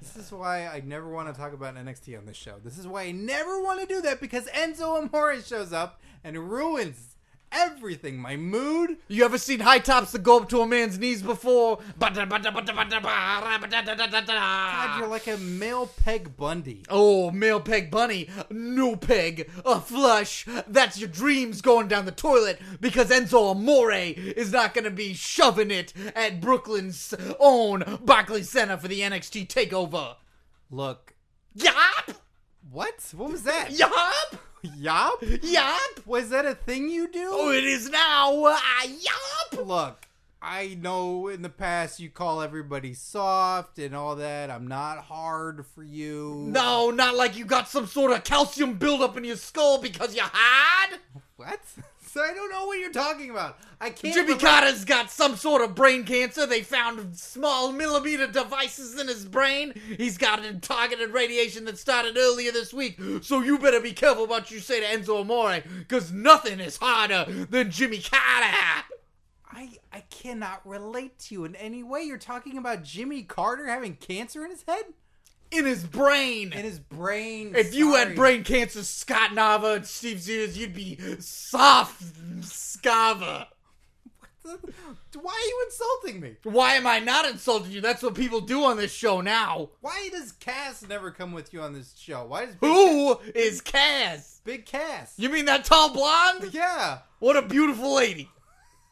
This is why I never want to talk about NXT on this show. This is why I never want to do that because Enzo Amore shows up and ruins everything. My mood.
You ever seen high tops that go up to a man's knees before?
God, you're like a male Peg Bundy.
Oh, male peg bunny, no peg, a flush. That's your dreams going down the toilet because Enzo Amore is not going to be shoving it at Brooklyn's own Barclays Center for the NXT takeover.
Look.
Yop!
What? What was
[LAUGHS]
that?
Yop!
Yop?
Yop!
Was that a thing you do?
Oh, it is now! Ah, yop!
Look, I know in the past you call everybody soft and all that. I'm not hard for you.
No, not like you got some sort of calcium buildup in your skull because you're hard.
What? [LAUGHS] So I don't know what you're talking about. I can't.
Jimmy
relate-
Cotta's got some sort of brain cancer. They found small millimeter devices in his brain. He's got a targeted radiation that started earlier this week. So you better be careful what you say to Enzo Amore, because nothing is harder than Jimmy Cotta.
I I cannot relate to you in any way. You're talking about Jimmy Carter having cancer in his head,
In his brain.
in his brain.
if you
Sorry.
had brain cancer, Scott Nava and Steve Sears, you'd be soft scava.
[LAUGHS] why are you insulting me?
Why am I not insulting you? That's what people do on this show now.
Why does Cass never come with you on this show? Why does Big,
Who is Kaz?
Big Cass?
You mean that tall blonde?
yeah,
What a beautiful lady.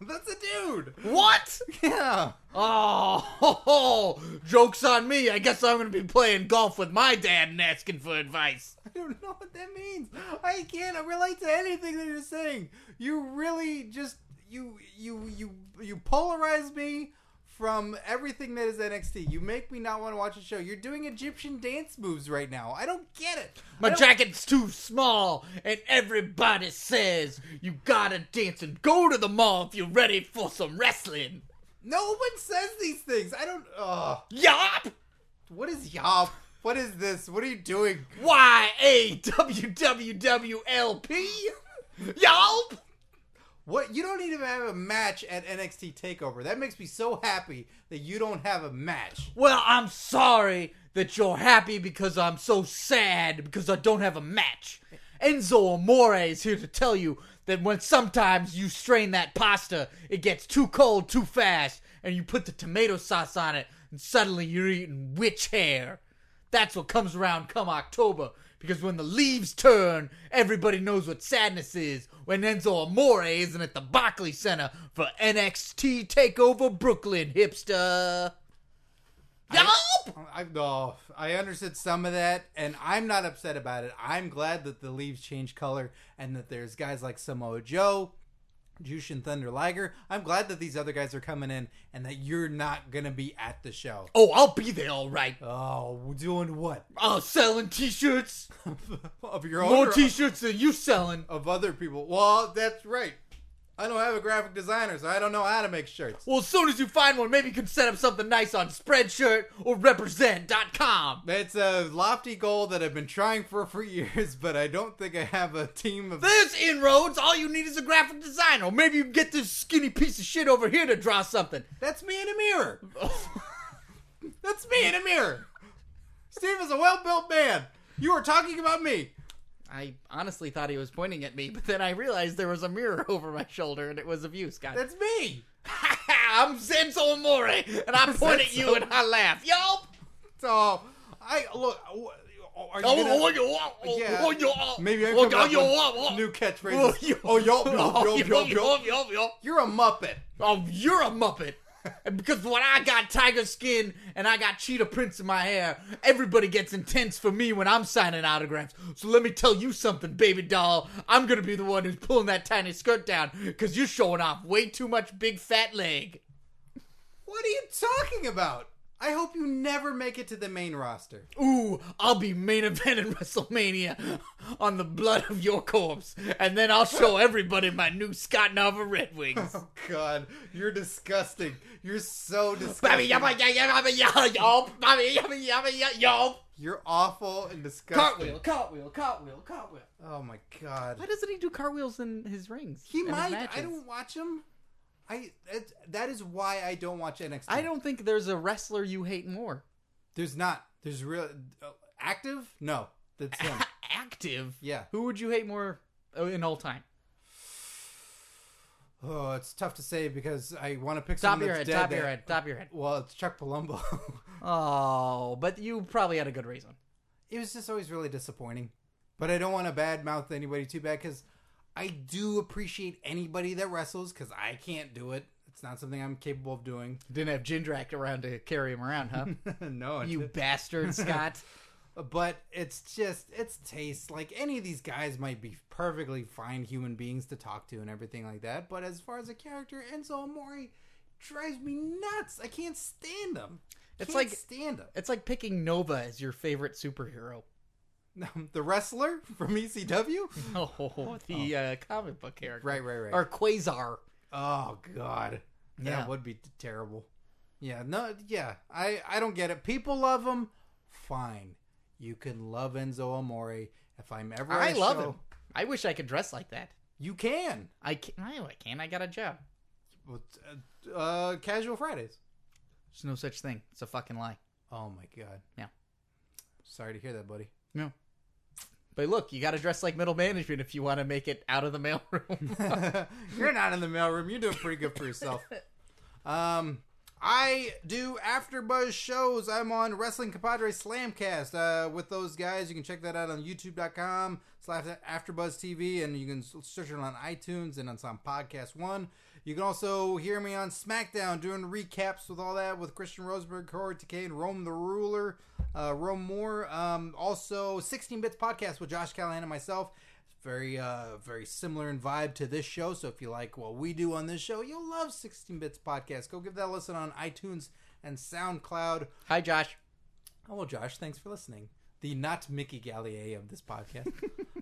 that's a dude. [LAUGHS]
What?
Yeah.
Oh, [LAUGHS] ho, ho. joke's on me. I guess I'm going to be playing golf with my dad and asking for advice.
[LAUGHS] I don't know what that means. I can't relate to anything that you're saying. You really just you you you you polarize me from everything that is NXT. You make me not want to watch the show. You're doing Egyptian dance moves right now. I don't get it. I
My
don't-
jacket's too small, and everybody says you gotta dance and go to the mall if you're ready for some wrestling.
no one says these things. I don't. Ugh.
Yup!
What is yop? What is this? What are you doing?
Y A W W W L P? Yup!
What you don't even have a match at NXT Takeover. That makes me so happy that you don't have a match.
Well, I'm sorry that you're happy because I'm so sad because I don't have a match. Enzo Amore is here to tell you that when sometimes you strain that pasta, it gets too cold too fast, and you put the tomato sauce on it, and suddenly you're eating witch hair. That's what comes around come October, because when the leaves turn, everybody knows what sadness is when Enzo Amore isn't at the Barclay Center for NXT TakeOver Brooklyn, hipster. Yup!
I no, I understood some of that, and I'm not upset about it. I'm glad that the leaves change color and that there's guys like Samoa Joe, Jushin Thunder Liger. I'm glad that these other guys are coming in and that you're not gonna be at the show.
Oh, I'll be there all right.
Oh, doing what? [LAUGHS]
Oh, selling [LAUGHS] t-shirts.
of your own
More
or
t-shirts than you selling.
of other people. Well, that's right. I don't have a graphic designer, so I don't know how to make shirts.
Well, as soon as you find one, maybe you can set up something nice on Spreadshirt or Represent.com.
That's a lofty goal that I've been trying for [LAUGHS] for years, but I don't think I have a team of
There's inroads. All you need is a graphic designer. Or maybe you can get this skinny piece of shit over here to draw something.
That's me in a
[LAUGHS]
mirror. That's me in a mirror. Steve is a well built man. You are talking about me.
I honestly thought he was pointing at me, but then I realized there was a mirror [LAUGHS] over my shoulder, and it was of you, Scott. [LAUGHS]
That's me.
I'm Zenzo Amore, and [LAUGHS] I point at you and I laugh. Yup.
So I look. wh- Are you
Oh,
gonna-
oh, you oh, oh,
Yeah.
oh, you oh,
Maybe I
oh,
come up
you
with
oh, oh.
new
Oh,
catchphrases.
you-
Oh, yo,
[LAUGHS]
yo, yo, yo, yo.
yo, yo.
You're a muppet.
Oh, you're a muppet. [LAUGHS] And because when I got tiger skin and I got cheetah prints in my hair, everybody gets intense for me when I'm signing autographs. So let me tell you something, baby doll. I'm gonna be the one who's pulling that tiny skirt down because you're showing off way too much big fat leg.
What are you talking about? I hope you never make it to the main roster.
Ooh, I'll be main event in [LAUGHS] WrestleMania on the blood of your corpse, and then I'll show everybody my new Scott Nava Red Wings.
Oh God, you're disgusting. You're so
Bobby,
disgusting.
yabba, yabba, yabba, yabba, yop. Bobby, yabba, yabba, yabba, yop.
You're awful and disgusting.
Cartwheel, cartwheel, cartwheel, cartwheel.
Oh my God.
Why doesn't he do cartwheels in his rings?
He
and his
might. I
matches?
don't watch him. I it, that is why I don't watch NXT.
I don't think there's a wrestler you hate more.
There's not. There's real uh, active. No, that's
[LAUGHS]
him.
Active.
yeah.
Who would you hate more uh, in all time?
Oh, it's tough to say because I want to pick
Top of
someone
your
that's
head,
dead.
top of your
that-
head, top of your head.
Well, [LAUGHS] it's Chuck Palumbo.
Oh, but you probably had a good reason.
it was just always really disappointing. But I don't want to badmouth anybody too bad because I do appreciate anybody that wrestles because I can't do it. It's not something I'm capable of doing.
Didn't have Jindrak around to carry him around, [LAUGHS] huh?
no, I
you
did-
[LAUGHS] bastard, Scott.
but it's just it's taste like any of these guys might be perfectly fine human beings to talk to and everything like that but as far as a character enzo amore drives me nuts i can't stand him
It's
Can't
like-
stand him
It's like picking Nova as your favorite superhero.
[LAUGHS] the wrestler from E ECW.
[LAUGHS] Oh, the Uh, comic book character.
Right, right, right.
Or Quasar.
oh God, that
Yeah.
would be t- terrible. Yeah, no, yeah. I I don't get it. People love him. Fine, you can love Enzo Amore. If I'm ever,
I
at a
love
show-
him. I wish I could dress like that.
You can.
I can't. No, I can't. I got a job.
Well, t- Uh, uh, casual Fridays.
There's no such thing. It's a fucking lie.
Oh my God.
Yeah.
Sorry to hear that, buddy.
No. But look, you got to dress like middle management if you want to make it out of
[LAUGHS]
the [LAUGHS] mailroom.
You're not in the mailroom. You're doing pretty good for yourself. Um, I do after buzz shows. I'm on Wrestling Compadre Slamcast uh, with those guys. You can check that out on YouTube.com slash AfterBuzz TV, and you can search it on iTunes and on some podcast one. You can also hear me on SmackDown doing recaps with all that with Christian Rosenberg, Corey Takei, and Rome the Ruler, uh, Rome Moore. Um, also, 16 Bits Podcast with Josh Callahan and myself very uh very similar in vibe to this show so if you like what we do on this show you'll love 16 bits podcast go give that a listen on itunes and soundcloud
Hi, Josh.
oh well josh thanks for listening the not mickey gallier of this podcast [LAUGHS]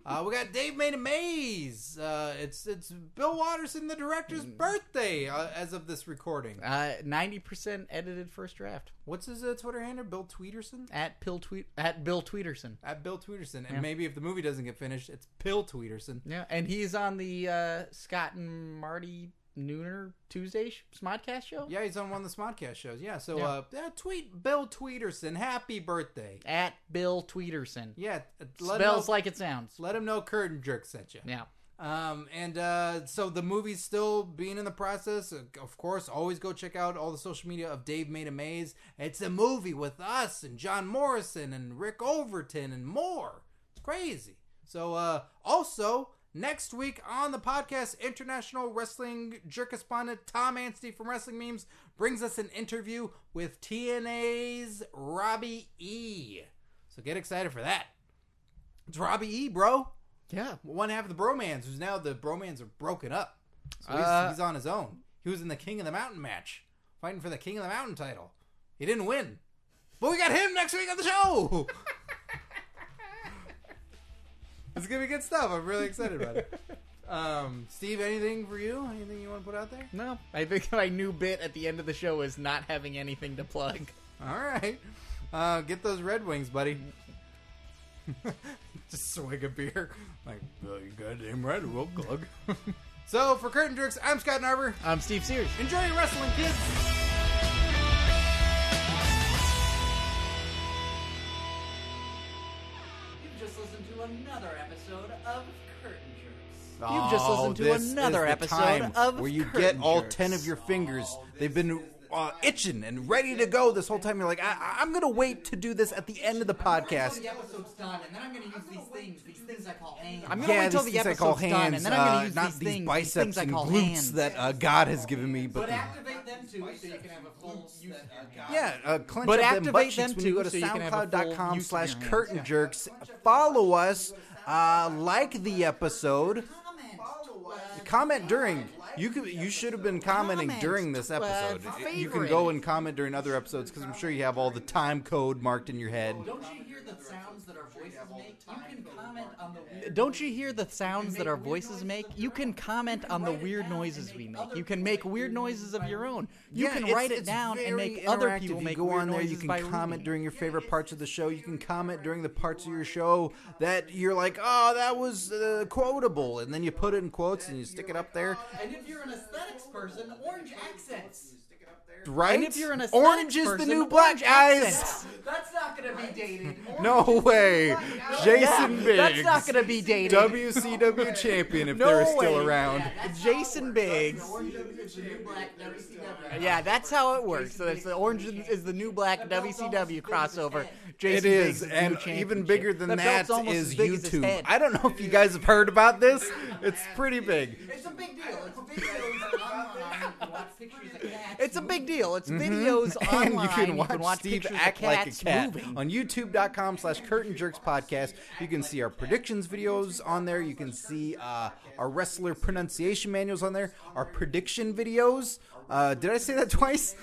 uh, we got dave made a maze uh, it's it's bill watterson the director's
Mm.
birthday uh, as of this recording
Uh, Ninety percent edited first draft
what's his uh, twitter handle bill tweederson
at Bill Tweet at Bill Tweederson.
at bill tweederson and maybe if the movie doesn't get finished it's pill tweederson
Yeah, and he's on the uh, Scott and Marty Nooner Tuesday sh- Smodcast show
Yeah, he's on one of the Smodcast shows. Yeah, so
Yeah.
Uh, yeah, tweet Bill Tweederson, happy birthday.
at Bill Tweederson.
Yeah, uh, let
Spells
him know,
like it sounds.
let him know Curtain Jerk sent you.
Yeah.
Um, and uh, so the movie's still being in the process. Uh, Of course, always go check out all the social media of Dave Made a Maze. It's a movie with us and John Morrison and Rick Overton and more. It's crazy. So uh, also next week on the podcast, international wrestling correspondent Tom Anstey from Wrestling Memes brings us an interview with TNA's Robbie E. So get excited for that. It's Robbie E, bro
Yeah.
one half of the bromans, who's now the bromans are broken up. So he's,
Uh,
he's on his own. He was in the King of the Mountain match, fighting for the King of the Mountain title. He didn't win, but we got him next week on the show. it's gonna be good stuff. I'm really excited about [LAUGHS] it. Um, Steve, anything for you? Oh, Anything you want to put out there?
No, I think [LAUGHS] my new bit at the end of the show is not having anything to plug.
All right, uh, get those Red Wings, buddy. [LAUGHS] Just swig a beer, like well, you goddamn right, we'll glug. [LAUGHS] so for curtain jerks, I'm Scott Narver.
I'm Steve Sears.
Enjoy your wrestling, kids.
You've just listened to another episode of Curtain Jerks.
You've just listened to another episode of where you get all ten of your fingers. They've been uh, itching and ready to go this whole time. You're like, I- I'm gonna wait to do this at the end of the podcast.
The episode's done, and then I'm going to use these things, these things I call hands. I'm
yeah, these things I call hands,
gonna
uh, not these biceps and glutes that uh, God has given me. But,
But activate them too, so you can have a full use of your hands.
yeah, uh, clench
But
up them butt
activate
cheeks
them
when you
too,
go to
so you can have a full
soundcloud.com
use of
slash
your hands.
curtain jerks. Follow us, uh, like the episode,
Comment,
comment during you could you should have been commenting
Comment.
during this
Uh,
episode you can
favorite.
go and comment during other episodes because i'm sure you have all the time code marked in your head
Don't you hear the sounds that our voices make? You can comment on the weird Don't you hear the sounds that our voices make? You can comment on the weird noises we make. You can make weird noises of your own. You
Yeah,
can
it's-
write it
it's
down
very
and make other
interactive.
people
you
make
go
weird
on there you
noises
can
by
comment
reading.
during your favorite parts of the show you can comment during the parts of your show that you're like oh that was uh, quotable and then you put it in quotes and you stick it up there
And if you're an aesthetics person, orange accents.
right
And if you're an aesthetics
orange is the
person,
new
orange
black guys
accents. That's not going to be dated.
[LAUGHS] no way jason
Yeah,
biggs
That's not going to be dated. [LAUGHS]
WCW champion if they're still
way.
around.
Jason Biggs. Yeah, that's how it works. So that's the orange is the new black WCW crossover.
It
Jason Biggs
is,
the
and even
new championship.
bigger than
The belt's
that
almost
is
as big as his
YouTube.
head.
I don't know if you guys have heard about this. It's pretty big.
It's a big deal. It's a big deal. It's [LAUGHS] online. You can watch pictures of cats. It's a big deal. It's videos
Mm-hmm. [LAUGHS] And
online.
you can watch, Steve
pictures of
act like a
cats
cat
moving.
on youtube.com slash curtain jerks podcast. You can see our predictions videos on there. You can see uh, our wrestler pronunciation manuals [LAUGHS] on there, our prediction videos. Uh, did I say that twice?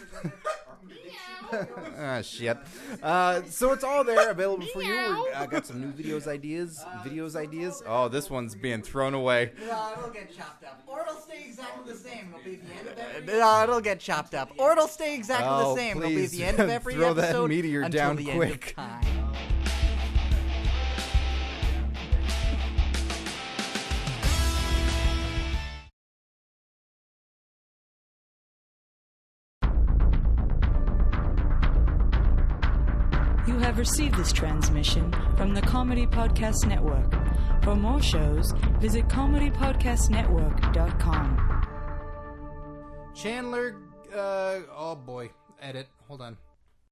[LAUGHS] ah, shit. Uh, so it's all there available for you. We're- I got some new videos ideas. Videos ideas. Oh, this one's being thrown away.
No, it'll get chopped up. Or it'll stay exactly the same. It'll be the end of every. No, it'll get chopped up. Or it'll stay exactly
Oh,
the same. It'll be
please,
the end
[LAUGHS]
of every
throw that
episode.
meteor
until
down
the End of
quick.
time.
You have received this transmission from the Comedy Podcast Network. For more shows, visit comedypodcastnetwork.com.
Chandler, uh, oh boy, edit. Hold on.